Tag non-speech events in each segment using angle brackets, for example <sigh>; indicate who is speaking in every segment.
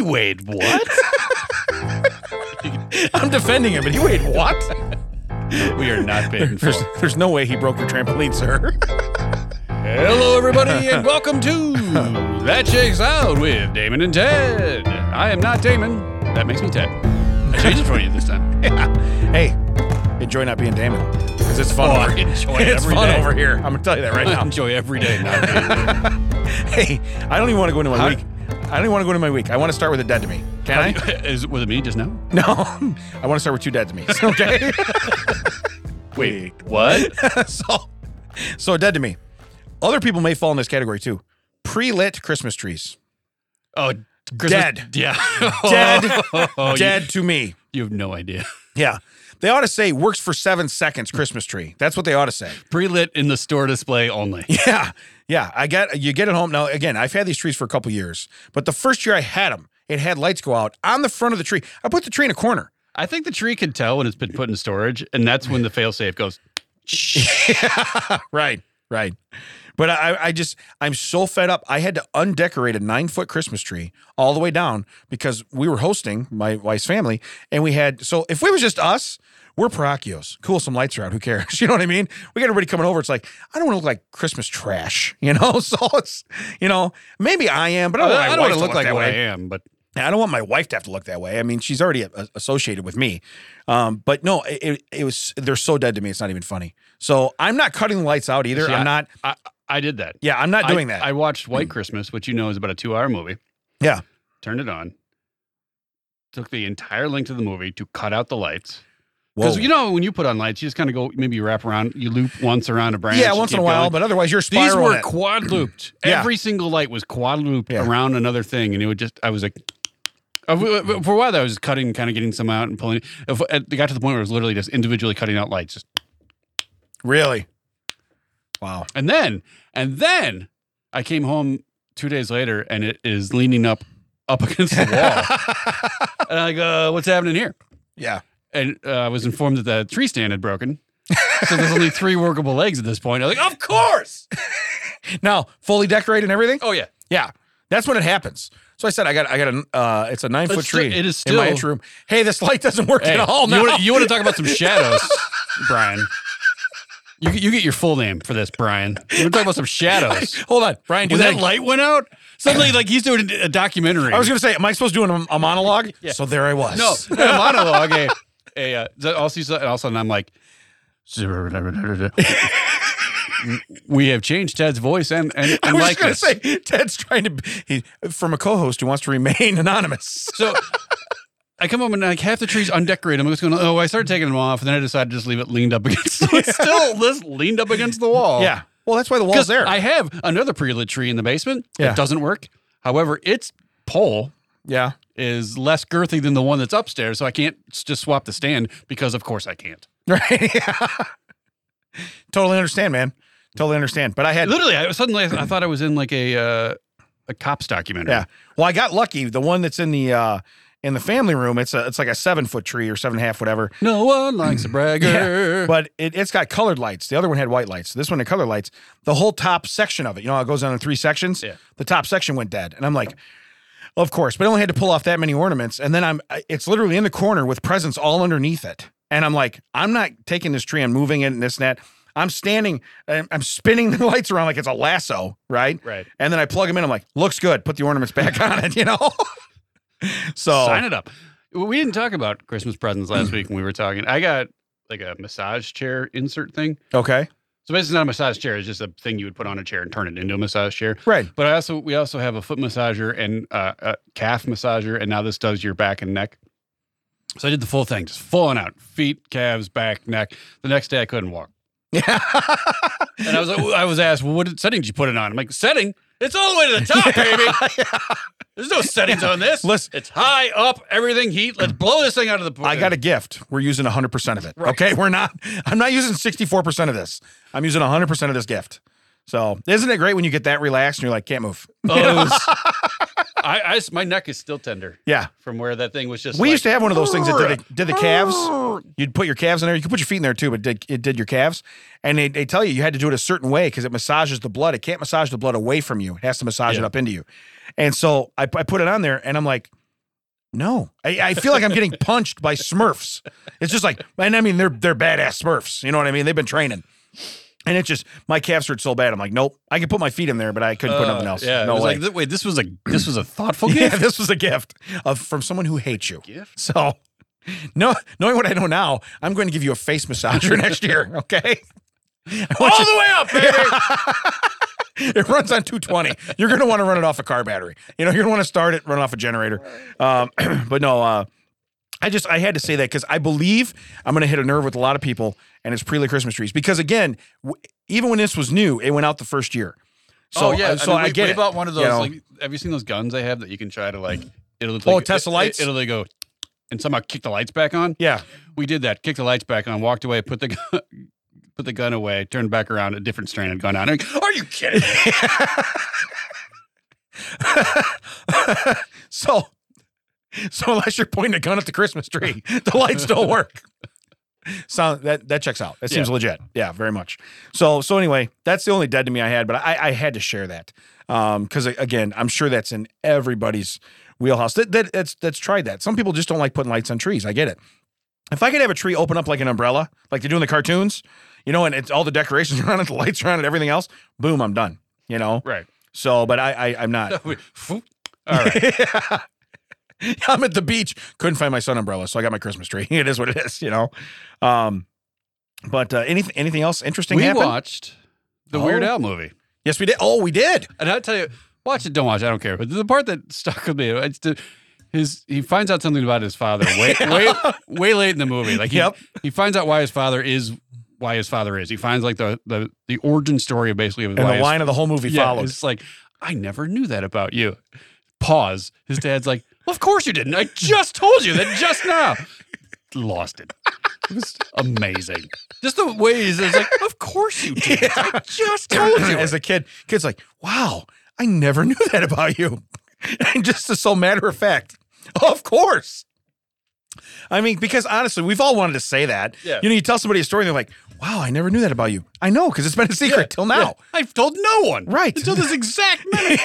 Speaker 1: weighed what?
Speaker 2: I'm defending him, and he weighed <laughs> what?
Speaker 1: we are not bitten for.
Speaker 2: There's, there's no way he broke your trampoline, sir. Hello, everybody, and welcome to
Speaker 1: That shakes out with Damon and Ted. I am not Damon. That makes me Ted. I changed it for you this time.
Speaker 2: Hey, enjoy not being Damon. Because it's fun
Speaker 1: Oh,
Speaker 2: over
Speaker 1: I enjoy it
Speaker 2: <laughs> It's
Speaker 1: every
Speaker 2: fun
Speaker 1: day.
Speaker 2: over here. I'm going to tell you that <laughs>
Speaker 1: <laughs>
Speaker 2: right
Speaker 1: I
Speaker 2: now.
Speaker 1: enjoy every day. Not being.
Speaker 2: hey, I don't even want to go into my
Speaker 1: How-
Speaker 2: week. I don't even want to go into my week. I want to start with a dead to me. <laughs> Can I?
Speaker 1: Is was it me just now?
Speaker 2: No. <laughs> I want to start with two dead to me. <laughs> Okay.
Speaker 1: Wait, what?
Speaker 2: <laughs> so, so dead to me. Other people may fall in this category too. Pre-lit Christmas trees.
Speaker 1: Oh,
Speaker 2: Dead.
Speaker 1: Yeah,
Speaker 2: <laughs> Dead.
Speaker 1: Oh, you-
Speaker 2: dead to me.
Speaker 1: <laughs> You, have no idea.
Speaker 2: Yeah. They ought to say works for seven seconds Christmas tree. That's what they ought to say.
Speaker 1: Pre-lit in the store display only.
Speaker 2: Yeah. Yeah. I got you get it home. Now, again, I've had these trees for a couple years, but the first year I had them, it had lights go out on the front of the tree. I put the tree in a corner.
Speaker 1: I think the tree can tell when it's been put in storage, and that's when the failsafe goes.
Speaker 2: <laughs> Right. Right. But I, I just, I'm so fed up. I had to undecorate a nine foot Christmas tree all the way down because we were hosting my wife's family. And we had, so if it was just us, we're Paracchios. Cool, some lights are out. Who cares? <laughs> You know what I mean? We got everybody coming over. It's like, I don't want to look like Christmas trash, <laughs> you know? So it's, you know, maybe I am, but Oh, I
Speaker 1: Oh, I
Speaker 2: don't,
Speaker 1: don't,
Speaker 2: want
Speaker 1: want to look like
Speaker 2: that
Speaker 1: what
Speaker 2: way.
Speaker 1: I am, but
Speaker 2: Now, I don't want my wife to have to look that way. I mean, she's already a- associated with me. Um, but no, it, it, it was they're so dead to me. It's not even funny. So I'm not cutting the lights out either.
Speaker 1: See,
Speaker 2: I'm not.
Speaker 1: I, I did that.
Speaker 2: Yeah, I'm not doing
Speaker 1: I,
Speaker 2: that. Mm.
Speaker 1: I watched White Christmas, which you know is about a two-hour movie.
Speaker 2: Yeah.
Speaker 1: Turned it on. Took the entire length of the movie to cut out the lights.
Speaker 2: Whoa.
Speaker 1: Because you know when you put on lights, you just kind of go maybe you wrap around, you loop once around a branch.
Speaker 2: yeah,
Speaker 1: you
Speaker 2: once in a
Speaker 1: keep
Speaker 2: while,
Speaker 1: going.
Speaker 2: but otherwise you're
Speaker 1: these
Speaker 2: spiraling.
Speaker 1: were
Speaker 2: it.
Speaker 1: quad looped.
Speaker 2: <clears throat> Yeah.
Speaker 1: Every single light was quad looped
Speaker 2: Yeah.
Speaker 1: around another thing, and it would just I was like. I w- For a while, I was cutting, kind of getting some out and pulling. If- It got to the point where it was literally just individually cutting out lights, just
Speaker 2: really. Wow.
Speaker 1: And then, and then I came home two days later and it is leaning up, up <laughs> against the wall. <laughs> and I'm like, uh, what's happening here?
Speaker 2: yeah.
Speaker 1: And uh, I was informed that the tree stand had broken. So there's only three workable legs at this point. I'm like, "Oh, of course.
Speaker 2: <laughs> Now fully decorated and everything.
Speaker 1: Oh, yeah.
Speaker 2: Yeah, that's when it happens. So I said I got I got an uh, it's a nine foot
Speaker 1: It's still-
Speaker 2: tree.
Speaker 1: it is
Speaker 2: in my
Speaker 1: still-
Speaker 2: entry room. Hey, this light doesn't work
Speaker 1: Hey,
Speaker 2: at all now.
Speaker 1: you
Speaker 2: <laughs>
Speaker 1: wanna- you want to talk about some shadows, <laughs> Brian? You, get- you get your full name for this, Brian. You want to talk about some shadows?
Speaker 2: Hold on, Brian. Do
Speaker 1: When
Speaker 2: that.
Speaker 1: that light <laughs> went out, suddenly, like, he's doing a documentary.
Speaker 2: I was gonna say, am I supposed to do an, a monologue?
Speaker 1: <laughs> Yeah.
Speaker 2: So there I was.
Speaker 1: <laughs> No, a monologue. A, a, uh, so also, so- and all of a sudden, I'm like, <laughs> we have changed Ted's voice and <laughs> and,
Speaker 2: I
Speaker 1: and
Speaker 2: was
Speaker 1: like
Speaker 2: just gonna say Ted's trying to be, he, from a co-host who wants to remain <laughs> anonymous.
Speaker 1: So I come home and like half the trees undecorated. I'm just going, oh, I started taking them off, and then I decided to just leave it leaned up against. So it's <laughs> still this leaned up against the wall.
Speaker 2: Yeah. Well, that's why the wall's
Speaker 1: because
Speaker 2: there.
Speaker 1: I have another pre-lit tree in the basement.
Speaker 2: Yeah.
Speaker 1: It doesn't work. However, its pole
Speaker 2: yeah. <laughs>
Speaker 1: is less girthy than the one that's upstairs, so I can't s- just swap the stand because, of course, I can't.
Speaker 2: Right. Yeah. totally understand, man. Totally understand. But I had
Speaker 1: Literally, I suddenly I thought I was in like a uh, a cops documentary.
Speaker 2: yeah. Well, I got lucky. The one that's in the uh in the family room, it's a it's like a seven foot tree or seven and a half, whatever.
Speaker 1: No one likes a bragger. <laughs>
Speaker 2: Yeah, but it, it's got colored lights. The other one had white lights. This one had color lights. The whole top section of it, you know, how it goes down in three sections.
Speaker 1: Yeah.
Speaker 2: The top section went dead, and I'm like, of course. But I only had to pull off that many ornaments, and then I'm I- it's literally in the corner with presents all underneath it, and I'm like, I'm not taking this tree and moving it and this and that. I'm standing, I'm I'm spinning <laughs> the lights around like it's a lasso, right?
Speaker 1: Right.
Speaker 2: And then I plug them in. I'm like, looks good. Put the ornaments back <laughs> on it, you know. so
Speaker 1: Sign it up. We didn't talk about Christmas presents
Speaker 2: Mm.
Speaker 1: last week when we were talking. I got like a massage chair insert thing.
Speaker 2: okay,
Speaker 1: So basically, it's not a massage chair. It's just a thing you would put on a chair and turn it into a massage chair.
Speaker 2: right. <laughs>
Speaker 1: But I also we also have a foot massager and uh, a calf massager, and now this does your back and neck. So I did the full thing, just full on out, feet, calves, back, neck. The next day I couldn't walk.
Speaker 2: Yeah.
Speaker 1: And I was I was asked, well, what setting did you put it on? I'm like, setting? It's all the way to the top, <laughs> baby. There's no settings on this.
Speaker 2: <laughs> Listen-
Speaker 1: it's high up, everything heat. Let's blow this thing out of the.
Speaker 2: I got a gift. We're using 100% of it. Okay. <laughs> We're not, I'm not using 64% of this. I'm using 100% of this gift. So isn't it great when you get that relaxed and you're like, can't move? <laughs>
Speaker 1: I, I s- my neck is still tender
Speaker 2: Yeah.
Speaker 1: from where that thing was just.
Speaker 2: We
Speaker 1: like-
Speaker 2: used to have one of those things that
Speaker 1: <laughs>
Speaker 2: did, it- did the calves. You'd put your calves in there. You could put your feet in there too, but did, it did your calves. And they, they tell you you had to do it a certain way because it massages the blood. It can't massage the blood away from you. It has to massage
Speaker 1: Yeah.
Speaker 2: it up into you. And so I, I put it on there and I'm like, No, I, I feel like I'm
Speaker 1: <laughs>
Speaker 2: getting punched by Smurfs. It's just like, and I mean, they're they're badass Smurfs. You know what I mean? They've been training, and it's just my calves hurt so bad. I'm like, nope, I could put my feet in there, but I couldn't put
Speaker 1: Uh,
Speaker 2: nothing else.
Speaker 1: Yeah. it
Speaker 2: no
Speaker 1: was
Speaker 2: way.
Speaker 1: like, th- wait, this was a this was a thoughtful
Speaker 2: <laughs> yeah,
Speaker 1: gift.
Speaker 2: this was a gift of from someone who hates you.
Speaker 1: Gift.
Speaker 2: <laughs> So, no, knowing what I know now, I'm going to give you a face massager <laughs> next year. Okay, I want
Speaker 1: All
Speaker 2: you-
Speaker 1: the way up,
Speaker 2: <laughs>
Speaker 1: baby.
Speaker 2: it runs on 220. You're going to want to run it off a car battery. You know, you're going to want to start it, run off a generator. Um, <clears throat> but no, uh, I just I had to say that because I believe I'm going to hit a nerve with a lot of people, and it's Preley Christmas trees. Because again, w- even when this was new, it went out the first year. So uh,
Speaker 1: oh yeah.
Speaker 2: so I,
Speaker 1: mean, we,
Speaker 2: get
Speaker 1: we
Speaker 2: it.
Speaker 1: bought one of
Speaker 2: you
Speaker 1: those.
Speaker 2: know?
Speaker 1: Like, have you seen those guns they have that you can try to like? It'll look
Speaker 2: Oh,
Speaker 1: like,
Speaker 2: Tesla
Speaker 1: it-
Speaker 2: lights?
Speaker 1: It, will they go and somehow kick the lights back on.
Speaker 2: yeah,
Speaker 1: We did that. Kicked the lights back on. Walked away. Put the gun, <laughs> put the gun away. Turned back around. A different strand had gone on. Like, Are you
Speaker 2: <laughs>
Speaker 1: kidding? me?"
Speaker 2: so <laughs> so unless you're pointing a gun at the Christmas tree, the lights don't work. So that that checks out. That seems legit. Yeah, very much. So so anyway, that's the only dead to me I had, but I I had to share that because again, I'm sure that's in everybody's wheelhouse. That, that that's that's tried that. Some people just don't like putting lights on trees. I get it. If I could have a tree open up like an umbrella, like they do in the cartoons, you know, and it's all the decorations <laughs> around it, the lights around it, everything else, boom, I'm done. You know.
Speaker 1: right.
Speaker 2: So, but I, I I'm not.
Speaker 1: We- <laughs> All
Speaker 2: <laughs>
Speaker 1: right.
Speaker 2: I'm at the beach. Couldn't find my sun umbrella, so I got my Christmas tree. <laughs> It is what it is, you know. Um, but uh, anything anything else interesting
Speaker 1: We
Speaker 2: happened?
Speaker 1: watched the Weird
Speaker 2: Oh.
Speaker 1: Al movie.
Speaker 2: yes, we did. Oh, we did.
Speaker 1: And I'll tell you, watch it, don't watch, it, I don't care. But the part that <laughs> stuck with me, it's the, his he finds out something about his father way
Speaker 2: <laughs>
Speaker 1: way way late in the movie. Like he,
Speaker 2: Yep.
Speaker 1: he finds out why his father is why his father is. He finds like the the the origin story of basically of
Speaker 2: And
Speaker 1: why
Speaker 2: the
Speaker 1: his-
Speaker 2: line of the whole movie
Speaker 1: yeah,
Speaker 2: follows.
Speaker 1: It's like I never knew that about you. Pause. His dad's like, "Well, of course you didn't. I just told you that just now." Lost it. It was amazing. Just the ways it's like, "Of course you did. I just
Speaker 2: <clears throat>
Speaker 1: told you."
Speaker 2: As a kid, kid's like, wow, I never <laughs> knew that about you. and just as so matter of fact, <laughs> of course. I mean, because honestly, we've all wanted to say that.
Speaker 1: Yeah.
Speaker 2: You know, you tell somebody a story and they're like, wow, I never knew that about you. I know, because it's been a secret till now. <laughs>
Speaker 1: Yeah, I've told no one.
Speaker 2: Right.
Speaker 1: Until this exact minute.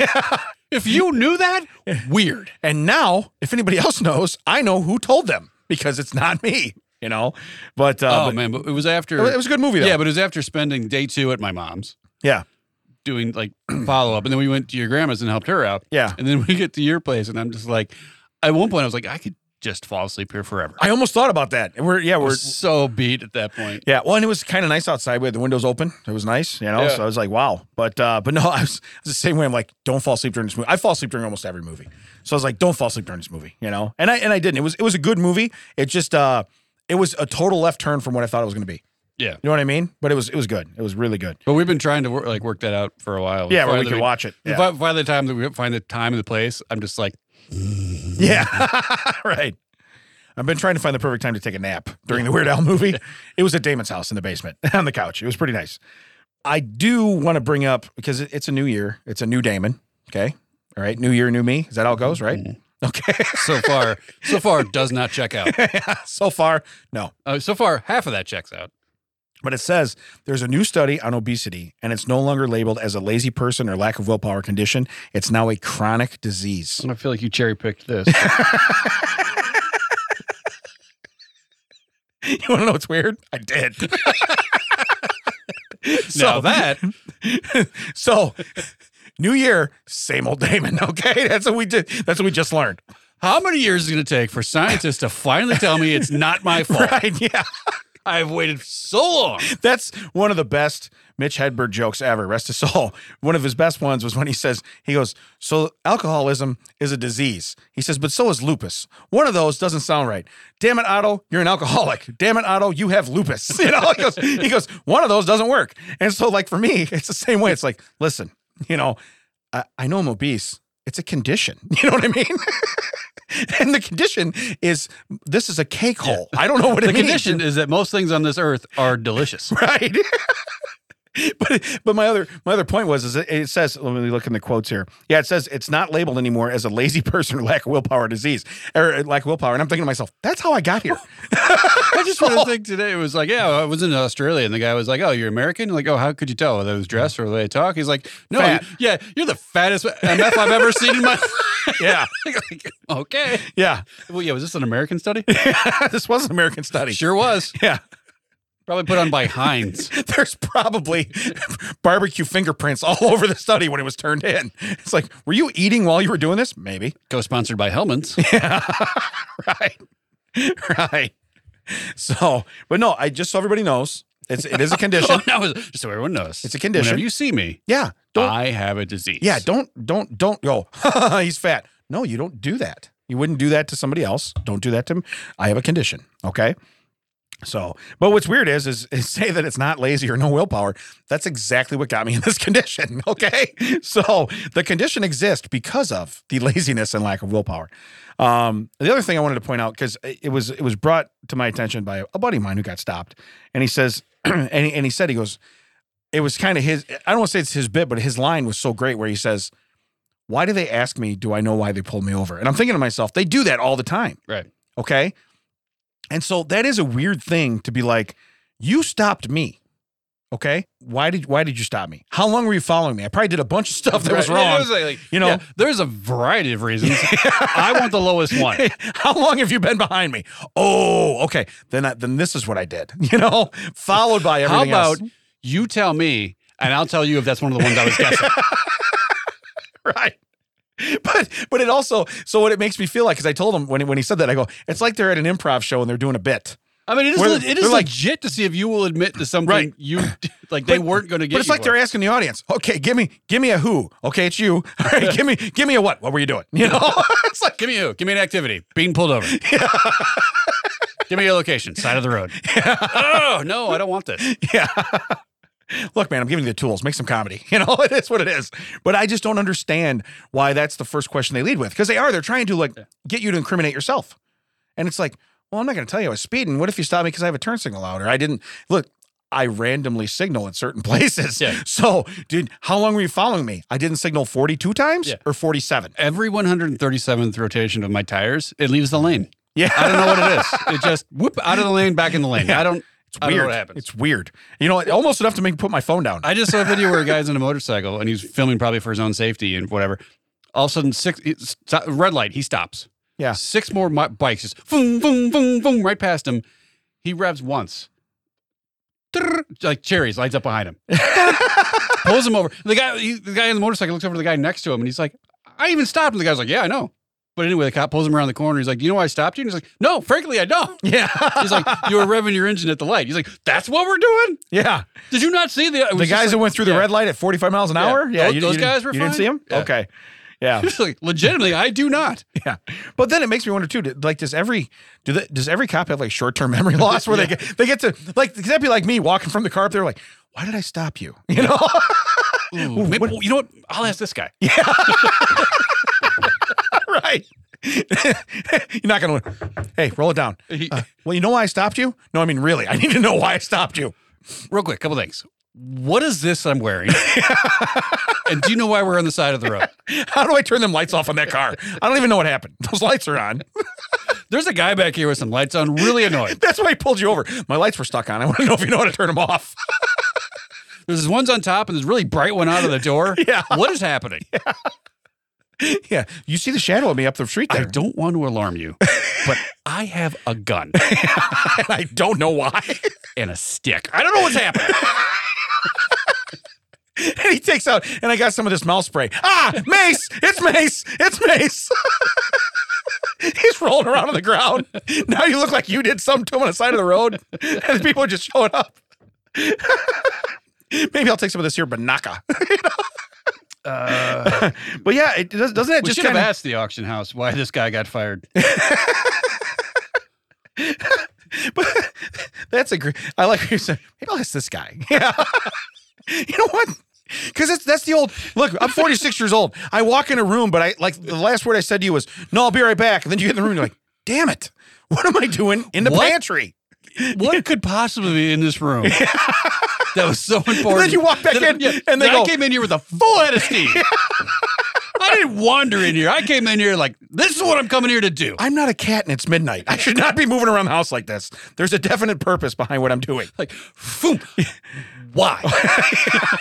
Speaker 1: If you knew that, weird.
Speaker 2: And now, if anybody <laughs> else knows, I know who told them because it's not me, you know. But, uh,
Speaker 1: Oh,
Speaker 2: but
Speaker 1: man, but it was after.
Speaker 2: it was a good movie, though.
Speaker 1: yeah, but it was after spending day two at my mom's
Speaker 2: yeah,
Speaker 1: doing
Speaker 2: <clears throat>
Speaker 1: like follow up, and then we went to your grandma's and helped her out,
Speaker 2: yeah.
Speaker 1: and then we get to your place, and I'm just like, at one point I was like, I could just fall asleep here forever.
Speaker 2: I almost thought about that. And We're yeah,
Speaker 1: I
Speaker 2: we're
Speaker 1: was so beat at that point.
Speaker 2: yeah. Well, and it was kind of nice outside. We had the windows open. It was nice, you know.
Speaker 1: Yeah.
Speaker 2: So I was like, wow. But uh, but no, <laughs> I was, I was the same way. I'm like, don't fall asleep during this movie. I fall asleep during almost every movie. So I was like, don't fall asleep during this movie, you know. And I and I didn't. It was it was a good movie. It just uh, it was a total left turn from what I thought it was going to be.
Speaker 1: Yeah.
Speaker 2: You know what I mean? But it was it was good. It was really good.
Speaker 1: But we've been trying to work, like work that out for a while.
Speaker 2: Yeah, where we
Speaker 1: Finally
Speaker 2: could watch it. Yeah.
Speaker 1: By, by the time that we find the time and the place, I'm just like,
Speaker 2: Yeah. <laughs> right. I've been trying to find the perfect time to take a nap during the Weird Al movie. It was at Damon's house in the basement <laughs> on the couch. It was pretty nice. I do want to bring up because it- it's a new year. It's a new Damon. Okay. All right. New year, new me. Is that how it goes? Right. Okay.
Speaker 1: so far, so far it does not check
Speaker 2: <laughs>
Speaker 1: out.
Speaker 2: so far, no.
Speaker 1: Uh, so far, half of that checks out.
Speaker 2: But it says there's a new study on obesity and it's no longer labeled as a lazy person or lack of willpower condition. It's now a chronic disease. <laughs>
Speaker 1: I feel like you cherry picked <laughs> this.
Speaker 2: you want to know what's weird? I did. <laughs> so
Speaker 1: now that
Speaker 2: so <laughs> new year, same old Damon. <laughs> Okay, that's what we did. That's what we just learned.
Speaker 1: how many years is it going to take for scientists to finally tell me it's not my fault?
Speaker 2: <laughs> Right? Yeah.
Speaker 1: I've waited so long.
Speaker 2: <laughs> That's one of the best Mitch Hedberg jokes ever. Rest his soul. <laughs> One of his best ones was when he says, he goes, So alcoholism is a disease. He says, but so is lupus. One of those doesn't sound right. Damn it, Otto, you're an alcoholic. <laughs> Damn it, Otto, you have lupus. <laughs> You know, he goes, he goes, one of those doesn't work. And so, like for me, <laughs> it's the same way. It's like, listen, you know, I, I know I'm obese. It's a condition. <laughs> You know what I mean? and the condition is this is a
Speaker 1: <laughs>
Speaker 2: cake hole. I don't know what
Speaker 1: The
Speaker 2: it means. <laughs>
Speaker 1: condition is that most things on this earth are delicious.
Speaker 2: Right. but but my other my other point was is it, it says let me look in the quotes here. Yeah, it says it's not labeled anymore as a lazy <laughs> person or lack of willpower disease or uh, lack of willpower. And I'm thinking to myself, that's how I got here.
Speaker 1: <laughs> I just
Speaker 2: <laughs>
Speaker 1: want to think today it was like, yeah, I was in Australia and the guy was like, oh, you're American? like, oh, how could you tell? Whether it was dress or the way I talk? He's like, no,
Speaker 2: Fat.
Speaker 1: you- yeah, you're the fattest MF I've ever seen in my <laughs>
Speaker 2: Oh, yeah,
Speaker 1: like, okay.
Speaker 2: yeah. <laughs>
Speaker 1: Well, yeah, was this an American study?
Speaker 2: this was an American study.
Speaker 1: Sure was.
Speaker 2: Yeah, <laughs>
Speaker 1: Probably put on by Heinz.
Speaker 2: there's probably barbecue fingerprints all over the study when it was turned in. It's like, were you eating while you were doing this? Maybe. <laughs>
Speaker 1: Co-sponsored by Hellman's.
Speaker 2: right. Right. So, but no, I just so everybody knows, it's it is a condition.
Speaker 1: Oh, no, <laughs> just so everyone knows.
Speaker 2: It's a condition.
Speaker 1: Whenever you see me,
Speaker 2: Yeah. Don't
Speaker 1: I have a disease.
Speaker 2: Yeah, don't don't don't go. <laughs> he's fat. No, you don't do that. You wouldn't do that to somebody else. Don't do that to him. I have a condition. Okay. So, but what's weird is, is is <laughs> say that it's not lazy or no willpower. That's exactly what got me in this <laughs> condition. Okay. So the condition exists because of the laziness and lack of willpower. Um, the other thing I wanted to point out, because it was it was brought to my attention by a buddy of mine who got stopped, and he says, <clears throat> and he, and he said he goes, it was kind of his i don't want to say it's his bit but his line was so great where he says why do they ask me do i know why they pulled me over and i'm thinking to myself they do that all the time
Speaker 1: Right.
Speaker 2: okay and so that is a weird thing to be like you stopped me okay why did why did you stop me how long were you following me i probably did a bunch of stuff that was
Speaker 1: Right. Yeah, it
Speaker 2: wrong
Speaker 1: was like- like,
Speaker 2: you know?
Speaker 1: yeah, there's a variety of
Speaker 2: <laughs>
Speaker 1: reasons. I want the lowest one.
Speaker 2: how long have you been behind me oh okay then I, then this is what i did <laughs> you know followed by
Speaker 1: How
Speaker 2: everything
Speaker 1: about
Speaker 2: else.
Speaker 1: you tell me, and I'll tell you if that's one of the ones I was guessing.
Speaker 2: <laughs> right but but it also so what it makes me feel like because i told him when, he- when he said that i go it's like they're at an improv show and they're doing a bit
Speaker 1: <laughs> I mean, it is
Speaker 2: Where-
Speaker 1: le- it is
Speaker 2: they're like-
Speaker 1: legit to see if you will admit to something
Speaker 2: Right.
Speaker 1: you <laughs> like. They
Speaker 2: But-
Speaker 1: weren't going to get.
Speaker 2: but it's
Speaker 1: you
Speaker 2: like they're
Speaker 1: for.
Speaker 2: asking the audience okay give me give me a who okay it's you <laughs> all right give me give me a what what were you doing you know <laughs> it's like
Speaker 1: Give me a give me an activity. Being pulled <laughs> over. give me a location. Side of the <laughs> road. oh no, I don't want this.
Speaker 2: yeah look man i'm giving you the tools make some comedy <laughs> you know it is what it is but i just don't understand why that's the first question they lead with because they are they're trying to like get you to incriminate yourself and it's like well i'm not going to tell you i was speeding what if you stop me because i have a turn signal out or i didn't look I randomly signal at certain <laughs> places.
Speaker 1: Yeah.
Speaker 2: So, dude, how long were you following me? I didn't signal 42 times
Speaker 1: Yeah.
Speaker 2: or 47.
Speaker 1: Every 137th rotation of my tires, it leaves the lane.
Speaker 2: <laughs> Yeah.
Speaker 1: I don't know what it is. It just whoop out of the lane, back in the lane. I don't.
Speaker 2: It's
Speaker 1: I
Speaker 2: weird.
Speaker 1: don't know what happens.
Speaker 2: It's weird. You know, almost enough to make me put my phone down. <laughs>
Speaker 1: I just saw a video where a guy's on a motorcycle and he's filming probably for his own safety and whatever. All of a sudden, six it's- stop- red light, he stops.
Speaker 2: Yeah.
Speaker 1: six more mi- bikes just boom, boom, boom, boom, right past him. He revs once, Trrr, like cherries, lights up
Speaker 2: <laughs>
Speaker 1: behind him, pulls him over. The guy, he, the guy on the motorcycle looks over to the guy next to him and he's like, "I even stopped." And the guy's like, "Yeah, I know." But anyway, the cop pulls him around the corner. He's like, "You know why I stopped you?" And he's like, "No, frankly, I don't."
Speaker 2: yeah.
Speaker 1: He's like, "You were revving your engine at the light." He's like, "That's what we're doing."
Speaker 2: yeah.
Speaker 1: Did you not see the
Speaker 2: The guys that went through the
Speaker 1: red
Speaker 2: red light at 45 miles an
Speaker 1: Yeah.
Speaker 2: hour? Yeah.
Speaker 1: Those-
Speaker 2: didn't-
Speaker 1: those
Speaker 2: didn't-
Speaker 1: guys were
Speaker 2: You didn't see
Speaker 1: fine?
Speaker 2: them?
Speaker 1: Yeah.
Speaker 2: Okay.
Speaker 1: <laughs>
Speaker 2: Yeah.
Speaker 1: like, legitimately, I do not.
Speaker 2: <laughs> Yeah. But then it makes me wonder too, did- like, does every, do the, does every cop have like short-term
Speaker 1: <laughs>
Speaker 2: memory loss where they get, they get to like, could that be like me walking from the car up there? Like, why did I stop you? <laughs> You know? <laughs>
Speaker 1: Ooh, maybe- you know what? I'll ask this guy.
Speaker 2: right. <laughs> You're not going to, hey, roll it down.
Speaker 1: He-
Speaker 2: Uh, well, you know why I stopped you? No, I mean, really, I need to know why I stopped you. <laughs>
Speaker 1: Real quick, couple things. What is this I'm wearing? <laughs> and do you know why we're on the side of the road?
Speaker 2: How do I turn them lights off on that car? I don't even know what happened. Those lights are on. <laughs>
Speaker 1: There's a guy back here with some lights on, really annoyed.
Speaker 2: That's why he pulled you over. My lights were stuck on. I want to know if you know how to turn them off.
Speaker 1: There's this one's on top and there's really bright one out of the <laughs> door.
Speaker 2: Yeah.
Speaker 1: What is happening?
Speaker 2: yeah. You see the shadow of me up the street
Speaker 1: I
Speaker 2: there.
Speaker 1: don't want to alarm you, but I have a gun
Speaker 2: and I don't know why.
Speaker 1: and a stick. <laughs> I don't know what's happening.
Speaker 2: <laughs> and he takes out, and I got some of this mouth spray. Ah, mace. It's mace. It's mace. <laughs> He's rolling around on the ground. Now you look like you did something to him on the side of the road, and the people are just showing up. <laughs> Maybe I'll take some of this here banaka. <laughs>
Speaker 1: Uh,
Speaker 2: But yeah, it does, doesn't it
Speaker 1: we
Speaker 2: just
Speaker 1: should have
Speaker 2: kind of
Speaker 1: asked the auction house why this guy got fired.
Speaker 2: But <laughs> that's a great. I like what you said. Maybe I'll ask this guy. <laughs> Yeah. you know what? Because that's that's the old look. I'm 46 years old. I walk in a room, but I like the last word I said to you was, "No, I'll be right back." And then you get in the room, and you're like, "Damn it! What am I doing in the
Speaker 1: What?
Speaker 2: pantry?" <laughs>
Speaker 1: What could possibly be in this room? That was so important.
Speaker 2: then you walk back
Speaker 1: Then-
Speaker 2: in,
Speaker 1: yeah,
Speaker 2: and they
Speaker 1: then
Speaker 2: go-
Speaker 1: I came in here with a full head of
Speaker 2: <laughs>
Speaker 1: steam. I didn't wander in here. I came in here like this is what I'm coming here to do.
Speaker 2: I'm not a cat and it's midnight. I should not be moving around the house like this. There's a definite purpose behind what I'm doing.
Speaker 1: Like, phoom. why?
Speaker 2: <laughs>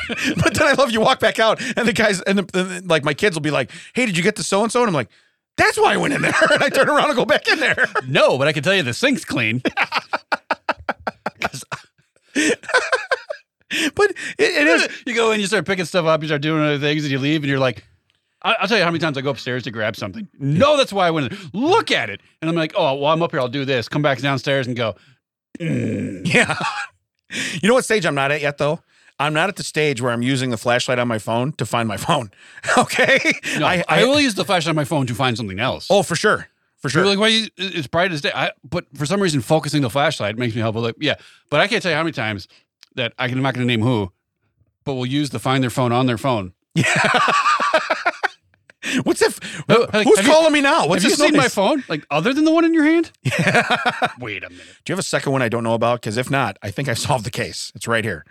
Speaker 2: but then I love you walk back out and the guys and the, the- like my kids will be like, "Hey, did you get the so and so?" And I'm like, "That's why I went in there." <laughs> And I turn around and go back in there.
Speaker 1: No, but I can tell you the sink's
Speaker 2: <laughs>
Speaker 1: clean.
Speaker 2: But it, it is
Speaker 1: you go in, you start picking stuff up, you start doing other things, and you leave, and you're like, I- I'll tell you how many times I go upstairs to grab something. No, that's why I went. in. Look at it, and I'm like, oh, well, I'm up here. I'll do this. Come back downstairs and go.
Speaker 2: <laughs> yeah. You know what stage I'm not at yet though? I'm not at the stage where I'm using the flashlight on my phone to find my phone. <laughs> Okay?
Speaker 1: No, I, will use the flashlight on my phone to find something else.
Speaker 2: Oh, for sure. For sure.
Speaker 1: You're like, why? You, it's bright as day. I, but for some reason, focusing the flashlight makes me helpful. Like, yeah, but I can't tell you how many times that I can, I'm not going to name who, but will use the find their phone on their phone.
Speaker 2: What's if
Speaker 1: Oh, like,
Speaker 2: Who's
Speaker 1: have you-
Speaker 2: calling me now? What's
Speaker 1: Have you
Speaker 2: this
Speaker 1: seen my
Speaker 2: noise?
Speaker 1: phone? Like other than the one in your
Speaker 2: <laughs>
Speaker 1: hand? Wait a minute.
Speaker 2: Do you have a second one I don't know about? Because if not, I think I <laughs> solved the case. It's right here.